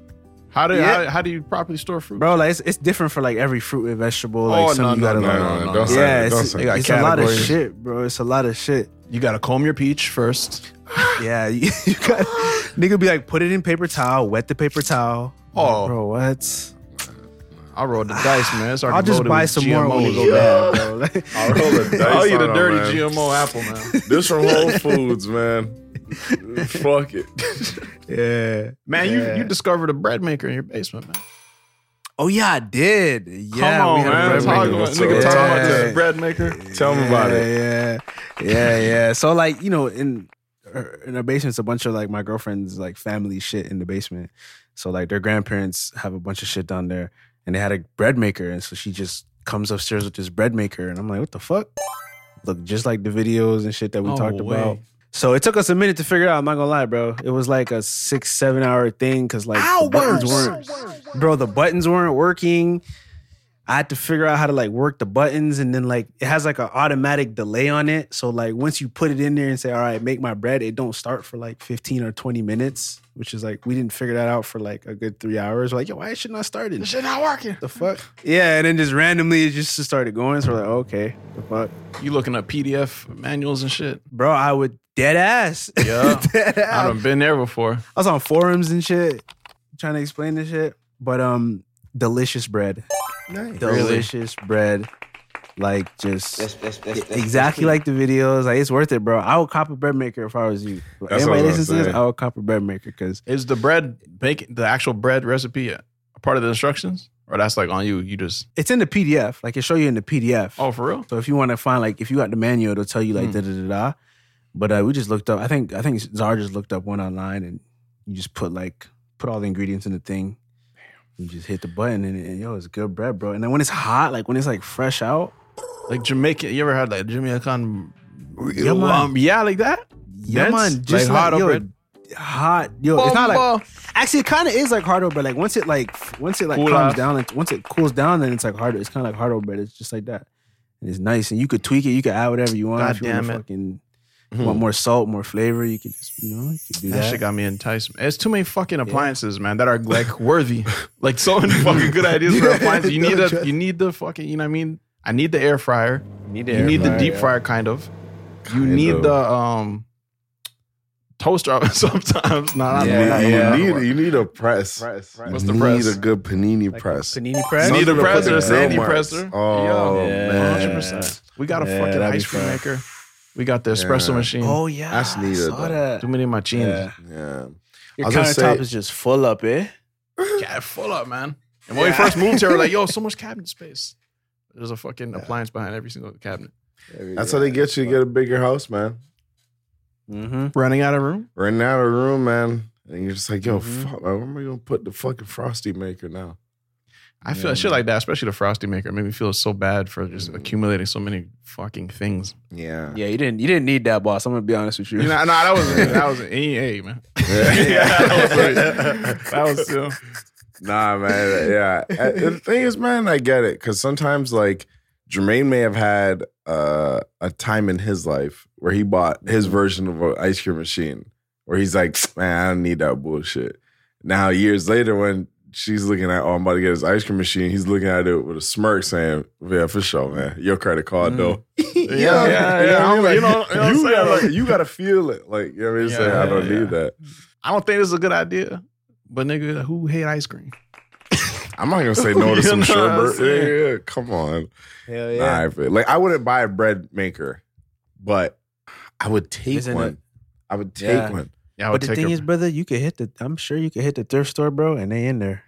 [SPEAKER 2] How do
[SPEAKER 6] Yeah.
[SPEAKER 2] how, how do you properly store fruit?
[SPEAKER 6] bro. Like it's, it's different for like every fruit and vegetable. Like
[SPEAKER 2] Oh,
[SPEAKER 6] some
[SPEAKER 2] no,
[SPEAKER 6] you
[SPEAKER 2] no,
[SPEAKER 6] gotta
[SPEAKER 3] No,
[SPEAKER 6] like,
[SPEAKER 3] no,
[SPEAKER 2] no,
[SPEAKER 3] no, don't
[SPEAKER 2] no.
[SPEAKER 3] say
[SPEAKER 6] yeah,
[SPEAKER 3] that. Don't
[SPEAKER 6] it's,
[SPEAKER 3] say
[SPEAKER 6] it's,
[SPEAKER 3] that.
[SPEAKER 6] a lot of
[SPEAKER 2] categories.
[SPEAKER 6] shit, bro. It's a lot of shit.
[SPEAKER 2] You got to comb your peach first.
[SPEAKER 6] Yeah, [LAUGHS] you, you got nigga be like put it in paper towel, wet the paper towel.
[SPEAKER 2] Oh.
[SPEAKER 6] bro, what?
[SPEAKER 2] I rolled the dice, man. It's already
[SPEAKER 6] I'll just
[SPEAKER 2] loaded
[SPEAKER 6] buy
[SPEAKER 2] with
[SPEAKER 6] some more when
[SPEAKER 2] GMOs.
[SPEAKER 6] we go back, bro. [LAUGHS] Like,
[SPEAKER 3] [LAUGHS] I'll roll the dice
[SPEAKER 2] Oh, you
[SPEAKER 3] on
[SPEAKER 2] the
[SPEAKER 3] it,
[SPEAKER 2] dirty
[SPEAKER 3] man.
[SPEAKER 2] GMO apple, man.
[SPEAKER 3] This
[SPEAKER 6] [LAUGHS]
[SPEAKER 3] from Whole Foods, man. Fuck it.
[SPEAKER 6] yeah.
[SPEAKER 2] [LAUGHS]
[SPEAKER 6] [LAUGHS]
[SPEAKER 2] Man, you you discovered a bread maker in your basement, man.
[SPEAKER 6] Oh yeah, I did. Yeah,
[SPEAKER 2] Come on,
[SPEAKER 6] we had
[SPEAKER 2] man.
[SPEAKER 6] a bread
[SPEAKER 2] Talk
[SPEAKER 6] maker.
[SPEAKER 2] about,
[SPEAKER 3] What's
[SPEAKER 2] nigga,
[SPEAKER 3] up?
[SPEAKER 2] talk about
[SPEAKER 6] Yeah.
[SPEAKER 2] this bread maker.
[SPEAKER 3] Tell me about it.
[SPEAKER 6] Yeah, yeah, yeah, yeah. So like you know, in er, in our basement, it's a bunch of like my girlfriend's like family shit in the basement. So like their grandparents have a bunch of shit down there, and they had a bread maker, and so she just comes upstairs with this bread maker, and I'm like, what the fuck? Look, just like the videos and shit that we
[SPEAKER 3] Oh,
[SPEAKER 2] No
[SPEAKER 6] talked
[SPEAKER 2] way.
[SPEAKER 6] about. So it took us a minute to figure out. I'm not gonna lie, bro. It was like a six, seven hour thing because like the buttons weren't, bro. The buttons weren't working. I had to figure out how to like work the buttons and then like it has like an automatic delay on it. So like once you put it in there and say, all right, make my bread, it don't start for like 15 or 20 minutes, which is like we didn't figure that out for like a good three hours. We're like, yo, why is shit not starting? Shit not working. The fuck? Yeah, and then just randomly it just started going. So we're like, okay, the fuck.
[SPEAKER 2] You looking up PDF manuals and shit?
[SPEAKER 6] Bro, I would dead ass.
[SPEAKER 2] [LAUGHS] Yeah.
[SPEAKER 6] [LAUGHS] dead
[SPEAKER 2] I
[SPEAKER 6] ass.
[SPEAKER 2] done been there before.
[SPEAKER 6] I was on forums and shit, trying to explain this shit. But um, delicious bread, delicious bread, like just exactly like the videos. Like it's worth it, bro. I would cop a bread maker if I was you.
[SPEAKER 3] That's what I
[SPEAKER 6] Anybody
[SPEAKER 3] was
[SPEAKER 6] listens to this,
[SPEAKER 3] saying.
[SPEAKER 6] I would cop a bread maker because
[SPEAKER 2] Is the bread making the actual bread recipe a part of the instructions, or that's like on you? You just
[SPEAKER 6] it's in the PDF. Like it show you in the PDF.
[SPEAKER 2] oh for real?
[SPEAKER 6] So if you want to find like if you got the manual, it'll tell you like
[SPEAKER 2] Hmm.
[SPEAKER 6] da da da da. But uh, we just looked up. I think I think Zar just looked up one online, and you just put like put all the ingredients in the thing. You just hit the button, and, and yo, it's good bread, bro. And then when it's hot, like when it's like fresh out,
[SPEAKER 2] Like Jamaican? You ever had like Jamaican?
[SPEAKER 6] Yeah, man.
[SPEAKER 2] um, yeah, like that.
[SPEAKER 6] yeah,
[SPEAKER 2] That's
[SPEAKER 6] man, just
[SPEAKER 2] like
[SPEAKER 6] like,
[SPEAKER 2] hard
[SPEAKER 6] yo,
[SPEAKER 2] bread?
[SPEAKER 6] hot, yo. it's not like actually it kind of is like hard but like once it like f- once it like
[SPEAKER 2] Cool
[SPEAKER 6] calms
[SPEAKER 2] off.
[SPEAKER 6] down, like, once it cools down, then it's like harder. It's kind of like hard bread. It's just like that, and it's nice, and you could tweak it. You could add whatever you want.
[SPEAKER 2] God
[SPEAKER 6] if you want
[SPEAKER 2] damn
[SPEAKER 6] to
[SPEAKER 2] it.
[SPEAKER 6] fucking want more salt, more flavor, you could just you know you could do
[SPEAKER 2] That
[SPEAKER 6] that.
[SPEAKER 2] shit got me enticed. It's too many fucking appliances, man, that are
[SPEAKER 3] [LAUGHS]
[SPEAKER 2] like worthy. like so many fucking good ideas for appliances. You need
[SPEAKER 3] [LAUGHS]
[SPEAKER 2] a, you need the fucking, you know what I mean? I need the air fryer.
[SPEAKER 3] Need
[SPEAKER 2] you need the deep fryer, kind of. You
[SPEAKER 3] Kind
[SPEAKER 2] need
[SPEAKER 3] of.
[SPEAKER 2] the um toaster oven [LAUGHS] sometimes. Nah,
[SPEAKER 3] You
[SPEAKER 2] yeah,
[SPEAKER 3] need-
[SPEAKER 2] not,
[SPEAKER 3] you,
[SPEAKER 2] yeah.
[SPEAKER 3] need, you need a press.
[SPEAKER 2] What's
[SPEAKER 3] you
[SPEAKER 2] the
[SPEAKER 3] need
[SPEAKER 2] press?
[SPEAKER 3] a good panini
[SPEAKER 8] Like a
[SPEAKER 3] press.
[SPEAKER 8] panini press.
[SPEAKER 2] You need a
[SPEAKER 3] Something to
[SPEAKER 2] presser,
[SPEAKER 3] put
[SPEAKER 2] a
[SPEAKER 3] in
[SPEAKER 2] sandy
[SPEAKER 3] Walmart.
[SPEAKER 2] presser.
[SPEAKER 3] Oh,
[SPEAKER 2] Yeah.
[SPEAKER 3] man.
[SPEAKER 2] 100%. We got a
[SPEAKER 3] Yeah,
[SPEAKER 2] fucking
[SPEAKER 3] that'd be
[SPEAKER 2] ice cream
[SPEAKER 3] fun.
[SPEAKER 2] maker. We got the espresso
[SPEAKER 3] Yeah.
[SPEAKER 2] machine.
[SPEAKER 6] Oh yeah,
[SPEAKER 3] That's
[SPEAKER 6] I
[SPEAKER 3] needed,
[SPEAKER 6] saw
[SPEAKER 3] though.
[SPEAKER 6] that.
[SPEAKER 2] Too many machines.
[SPEAKER 6] Yeah.
[SPEAKER 3] Yeah.
[SPEAKER 6] Your
[SPEAKER 3] I was gonna
[SPEAKER 6] countertop
[SPEAKER 3] say-
[SPEAKER 6] is just full up, eh?
[SPEAKER 2] Yeah, full up, man. And when we first moved here, we we're [LAUGHS] like, yo, so much cabinet space. There's a fucking appliance behind every single cabinet.
[SPEAKER 3] That's how they get you to get a bigger house, man.
[SPEAKER 6] Mm-hmm.
[SPEAKER 2] Running out of room?
[SPEAKER 3] Running out of room, man. And you're just like, yo,
[SPEAKER 2] Mm-hmm.
[SPEAKER 3] fuck, man, where am I going to put the fucking Frosty maker now?
[SPEAKER 2] I feel shit like that, especially the Frosty Maker, made me feel so bad for just accumulating so many fucking things.
[SPEAKER 3] Yeah.
[SPEAKER 2] [LAUGHS]
[SPEAKER 6] Yeah, you didn't you didn't need that, boss. I'm gonna be honest with you.
[SPEAKER 2] You know, no,
[SPEAKER 6] [LAUGHS]
[SPEAKER 3] [LAUGHS]
[SPEAKER 2] that wasn't that was an EA, man. [LAUGHS]
[SPEAKER 6] [LAUGHS]
[SPEAKER 3] [LAUGHS]
[SPEAKER 2] that was, that was still.
[SPEAKER 3] Nah, man. Yeah. And the thing is, man, I get it because sometimes, like, Jermaine may have had uh, a time in his life where he bought his version of an ice cream machine, where he's like, man, I don't need that bullshit. Now, years later, when she's looking at, oh, I'm about to get this ice cream machine, he's looking at it with a smirk saying, yeah, for sure, man. Your credit card, though. [LAUGHS] yeah,
[SPEAKER 2] Mm. yeah, yeah. You know- you know what I'm saying?
[SPEAKER 3] gotta, like, you gotta feel it. Like, you know what I'm
[SPEAKER 2] Yeah,
[SPEAKER 3] saying? I
[SPEAKER 2] yeah,
[SPEAKER 3] don't
[SPEAKER 2] yeah.
[SPEAKER 3] need that.
[SPEAKER 2] I don't think this is a good idea. But nigga, who hate ice cream?
[SPEAKER 3] I'm not gonna say
[SPEAKER 2] [LAUGHS]
[SPEAKER 3] no to
[SPEAKER 2] You
[SPEAKER 3] some
[SPEAKER 2] know what I'm
[SPEAKER 3] sherbet.
[SPEAKER 2] saying?
[SPEAKER 3] Yeah, yeah, come on.
[SPEAKER 6] Hell
[SPEAKER 3] Nah, I feel- like I wouldn't buy a bread maker, but I would take
[SPEAKER 6] Isn't
[SPEAKER 3] one.
[SPEAKER 6] it-
[SPEAKER 3] I would take
[SPEAKER 2] [LAUGHS]
[SPEAKER 6] Yeah.
[SPEAKER 3] one.
[SPEAKER 2] Yeah, I
[SPEAKER 6] But
[SPEAKER 2] would
[SPEAKER 6] the
[SPEAKER 2] take
[SPEAKER 6] thing
[SPEAKER 2] a-
[SPEAKER 6] is, brother, you could hit the. I'm sure you could hit the thrift store, bro, and they in there.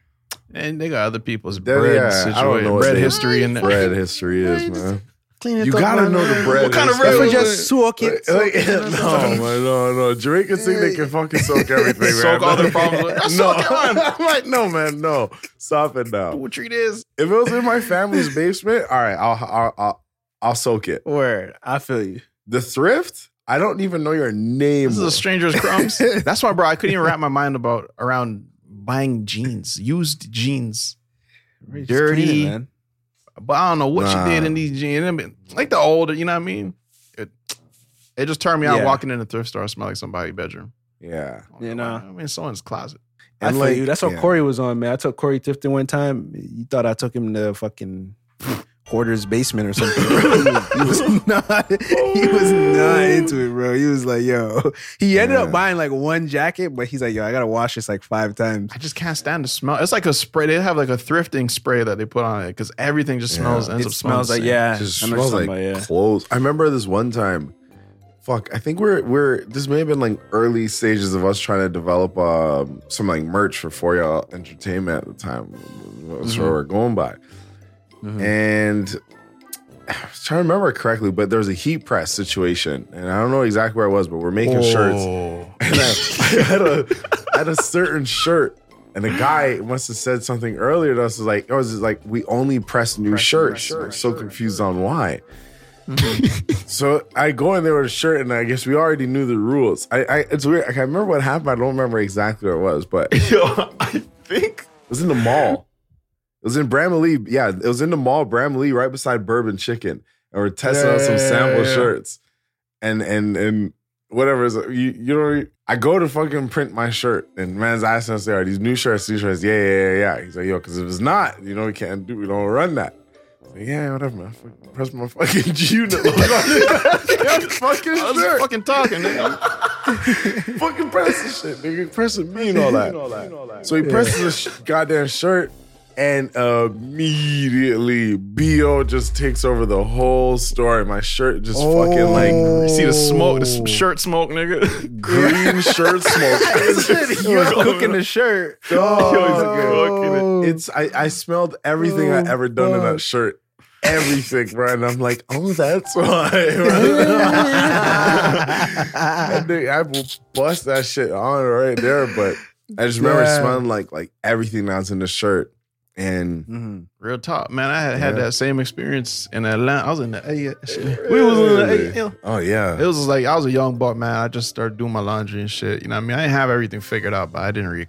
[SPEAKER 2] and they got other people's
[SPEAKER 3] That-
[SPEAKER 2] bread
[SPEAKER 3] yeah, I don't know
[SPEAKER 2] situation,
[SPEAKER 3] what
[SPEAKER 2] bread
[SPEAKER 3] they-
[SPEAKER 2] history, and [LAUGHS]
[SPEAKER 3] Bread history is man.
[SPEAKER 6] Clean
[SPEAKER 3] You gotta know the bread.
[SPEAKER 2] What kind of
[SPEAKER 3] history.
[SPEAKER 2] bread
[SPEAKER 6] For
[SPEAKER 2] was
[SPEAKER 6] just soak it.
[SPEAKER 3] Like, [LAUGHS] no, man, no, no. Jamaicans think they can fucking soak everything. man.
[SPEAKER 2] Soak all their
[SPEAKER 3] [LAUGHS]
[SPEAKER 2] problems. That's
[SPEAKER 3] no,
[SPEAKER 2] South Carolina.
[SPEAKER 3] I'm like, no, man, no. Stop it now.
[SPEAKER 2] What treat is?
[SPEAKER 3] If it was in my family's basement, all right, I'll, I'll, I'll, I'll soak
[SPEAKER 6] [LAUGHS]
[SPEAKER 3] it.
[SPEAKER 6] Word, I feel you.
[SPEAKER 3] The thrift. I don't even know your name.
[SPEAKER 2] This is
[SPEAKER 3] bro.
[SPEAKER 2] a stranger's [LAUGHS] crumbs. That's why, bro, I couldn't even wrap my mind about around buying jeans, used jeans.
[SPEAKER 6] Just
[SPEAKER 2] Dirty.
[SPEAKER 6] clean it, man.
[SPEAKER 2] But I don't know what
[SPEAKER 3] Nah.
[SPEAKER 2] she did in these jeans. I mean, Like the older, you know what I mean? It, it just turned me out
[SPEAKER 6] Yeah.
[SPEAKER 2] walking in a thrift store, smell like somebody's bedroom.
[SPEAKER 3] Yeah.
[SPEAKER 6] You know.
[SPEAKER 2] I mean, someone's closet.
[SPEAKER 6] I
[SPEAKER 3] And,
[SPEAKER 6] feel
[SPEAKER 3] like,
[SPEAKER 6] you. That's what
[SPEAKER 3] yeah.
[SPEAKER 6] Corey was on, man. I took Corey Tifton one time. You thought I took him to fucking hoarder's basement or something. [LAUGHS] he, was, he
[SPEAKER 3] [LAUGHS]
[SPEAKER 6] was not. He was not into it, bro. He was like, yo. He ended
[SPEAKER 3] Yeah.
[SPEAKER 6] up buying like one jacket, but he's like, yo, I gotta wash this like five times.
[SPEAKER 2] I just can't stand the smell. It's like a spray. They have like a thrifting spray that they put on it because everything just smells. Ends
[SPEAKER 6] It
[SPEAKER 2] up smelling
[SPEAKER 6] smells
[SPEAKER 2] the
[SPEAKER 6] like
[SPEAKER 2] same.
[SPEAKER 6] yeah.
[SPEAKER 3] just
[SPEAKER 6] I know what
[SPEAKER 3] smells
[SPEAKER 6] you're
[SPEAKER 3] like
[SPEAKER 6] talking
[SPEAKER 3] [LAUGHS]
[SPEAKER 6] about, yeah. [LAUGHS]
[SPEAKER 3] clothes. I remember this one time. Fuck, I think we're we're this may have been like early stages of us trying to develop um, some like merch for For Y'all Entertainment at the time. That's
[SPEAKER 6] Mm-hmm.
[SPEAKER 3] where we're going by, and [SIGHS] I was trying to remember correctly, but there was a heat press situation, and I don't know exactly where I was, but we're making shirts. And [LAUGHS] I, I had a I had a certain shirt. And the guy must have said something earlier to us was like, oh, it was just like, we only press new shirts. I'm so confused on why. Mm-hmm. [LAUGHS] so I go in there with a shirt, and I guess we already knew the rules. I, I it's weird. Like, I remember what [LAUGHS] happened. I don't remember exactly what it was, but it
[SPEAKER 2] Yo, I think
[SPEAKER 3] was in the mall. was in Bramley. Yeah, it was in the mall, Bramley, right beside Bourbon Chicken, and we're testing out some
[SPEAKER 2] Yeah, yeah,
[SPEAKER 3] sample
[SPEAKER 2] yeah.
[SPEAKER 3] shirts, and and and whatever. Is, you you know, I go to fucking print my shirt, and man's asking us, "Are these new shirts? These shirts? Yeah, yeah, yeah." yeah. He's like, "Yo, because if it's not, you know, we can't do. We don't run that." I was like, yeah, whatever, man. Fuck- Press my fucking [LAUGHS] unit logo on it. [LAUGHS] fucking
[SPEAKER 2] [LAUGHS] I was
[SPEAKER 3] shirt.
[SPEAKER 2] fucking talking, nigga.
[SPEAKER 3] Fucking press this shit, nigga. Press it, me and all that. So he presses his sh- goddamn shirt, and immediately Bo just takes over the whole story. My shirt just fucking like
[SPEAKER 2] You see the smoke, the
[SPEAKER 6] Oh.
[SPEAKER 2] s- shirt smoke, nigga. [LAUGHS]
[SPEAKER 3] green [LAUGHS] shirt [LAUGHS] smoke.
[SPEAKER 4] You're cooking the shirt.
[SPEAKER 3] Oh, it's I, I smelled everything I ever done in that shirt. Everything, bro. And I'm like, oh, that's why. [LAUGHS] That nigga- I will bust that shit on right there. But I just remember
[SPEAKER 6] Yeah.
[SPEAKER 3] smelling like like everything that was in the shirt. And
[SPEAKER 2] Real talk, man. I had, had
[SPEAKER 3] Yeah.
[SPEAKER 2] that same experience in Atlanta. I was in the A. We was in the A. you know.
[SPEAKER 3] oh yeah.
[SPEAKER 2] It was just like I was a young buck, man. I just started doing my laundry and shit. You know what I mean? I didn't have everything figured out, but I didn't re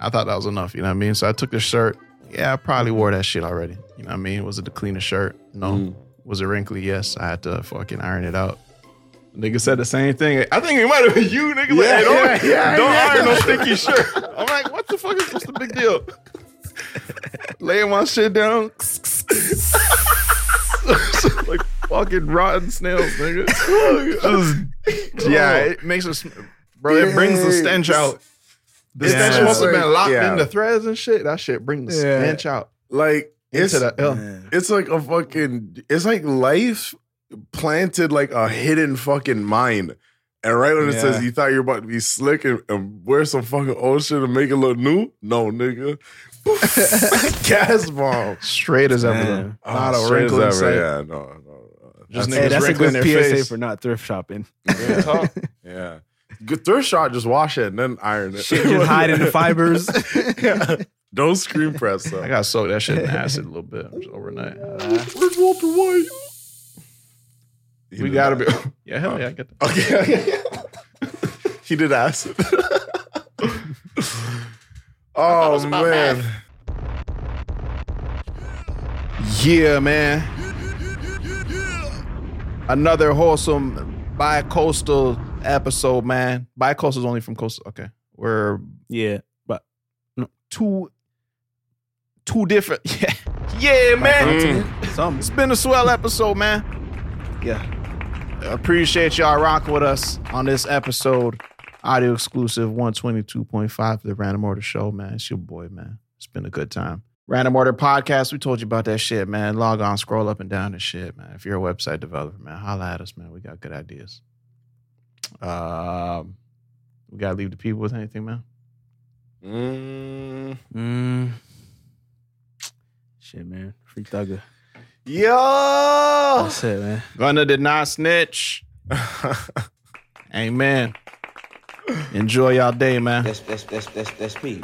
[SPEAKER 2] I thought that was enough, you know what I mean? So I took the shirt. Yeah, I probably wore that shit already. You know what I mean? Was it the cleanest shirt? No.
[SPEAKER 3] Mm.
[SPEAKER 2] Was it wrinkly? Yes. I had to fucking iron it out. Nigga said the same thing. I think it might have been you, nigga. like,
[SPEAKER 3] Yeah,
[SPEAKER 2] "Hey, don't
[SPEAKER 3] yeah, yeah,
[SPEAKER 2] don't
[SPEAKER 3] yeah.
[SPEAKER 2] iron no sticky shirt. I'm like, what the fuck is what's the big
[SPEAKER 3] [LAUGHS]
[SPEAKER 2] deal? Laying my shit down. like fucking rotten snails,
[SPEAKER 3] [LAUGHS]
[SPEAKER 2] nigga. Just- yeah, it makes us, bro. It brings the stench out. The
[SPEAKER 3] It's
[SPEAKER 2] stench
[SPEAKER 3] just
[SPEAKER 2] must have
[SPEAKER 3] like-
[SPEAKER 2] been locked
[SPEAKER 3] yeah.
[SPEAKER 2] in the threads and shit. That shit brings the
[SPEAKER 6] Yeah.
[SPEAKER 2] stench out
[SPEAKER 3] Like it's
[SPEAKER 2] into the L.
[SPEAKER 3] it's like a fucking it's like life planted like a hidden fucking mine. And right when it says you thought you're about to be slick and, and wear some fucking old shit and make it look new, no nigga. [LAUGHS]
[SPEAKER 2] [LAUGHS]
[SPEAKER 3] Gas bomb.
[SPEAKER 2] Straight as ever. though.
[SPEAKER 3] Oh,
[SPEAKER 2] Not a
[SPEAKER 3] straight as
[SPEAKER 2] wrinkle in
[SPEAKER 3] ever.
[SPEAKER 2] sight.
[SPEAKER 3] Yeah, no, no, no.
[SPEAKER 2] Just
[SPEAKER 8] Hey,
[SPEAKER 2] niggas
[SPEAKER 8] that's a
[SPEAKER 2] wrinkling
[SPEAKER 8] good
[SPEAKER 2] their
[SPEAKER 8] PSA
[SPEAKER 2] face.
[SPEAKER 8] for not thrift shopping.
[SPEAKER 3] [LAUGHS] Yeah. Good thrift shot, just wash it and then iron it.
[SPEAKER 8] Shit [LAUGHS] just hiding the
[SPEAKER 3] [LAUGHS]
[SPEAKER 8] fibers.
[SPEAKER 3] Don't screen press
[SPEAKER 2] I
[SPEAKER 3] though.
[SPEAKER 2] gotta soak that shit in acid a little bit just overnight.
[SPEAKER 3] Where's Walter White? He
[SPEAKER 2] we
[SPEAKER 3] did
[SPEAKER 2] gotta be. [LAUGHS]
[SPEAKER 3] that.
[SPEAKER 2] Yeah, hell yeah, I get that.
[SPEAKER 3] Okay. [LAUGHS] he did acid. oh man.
[SPEAKER 2] Yeah, man. Another wholesome bi-coastal episode, man. Bi-coastal is only from coastal. Okay, we're
[SPEAKER 8] yeah.
[SPEAKER 2] two, two different. [LAUGHS] Yeah, yeah, man.
[SPEAKER 6] mm.
[SPEAKER 8] Some
[SPEAKER 2] It's been a swell episode, man.
[SPEAKER 8] Yeah.
[SPEAKER 2] Appreciate y'all rocking with us on this episode. Audio exclusive 122.5 for the Random Order Show, man. It's your boy, man. It's been a good time. Random Order Podcast, we told you about that shit, man. Log on, scroll up and down and shit, man. If you're a website developer, man, holla at us, man. We got good ideas. Um, we gotta leave the people with anything, man.
[SPEAKER 8] Mm. Shit, man. Free thugger.
[SPEAKER 3] Yo.
[SPEAKER 8] That's it, man.
[SPEAKER 2] Gunna did not snitch. Amen. Enjoy y'all day, man.
[SPEAKER 9] that's that's that's that's me.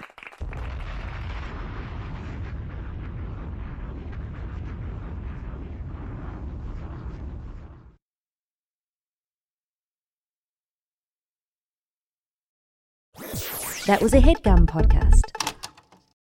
[SPEAKER 10] That was a headgum podcast.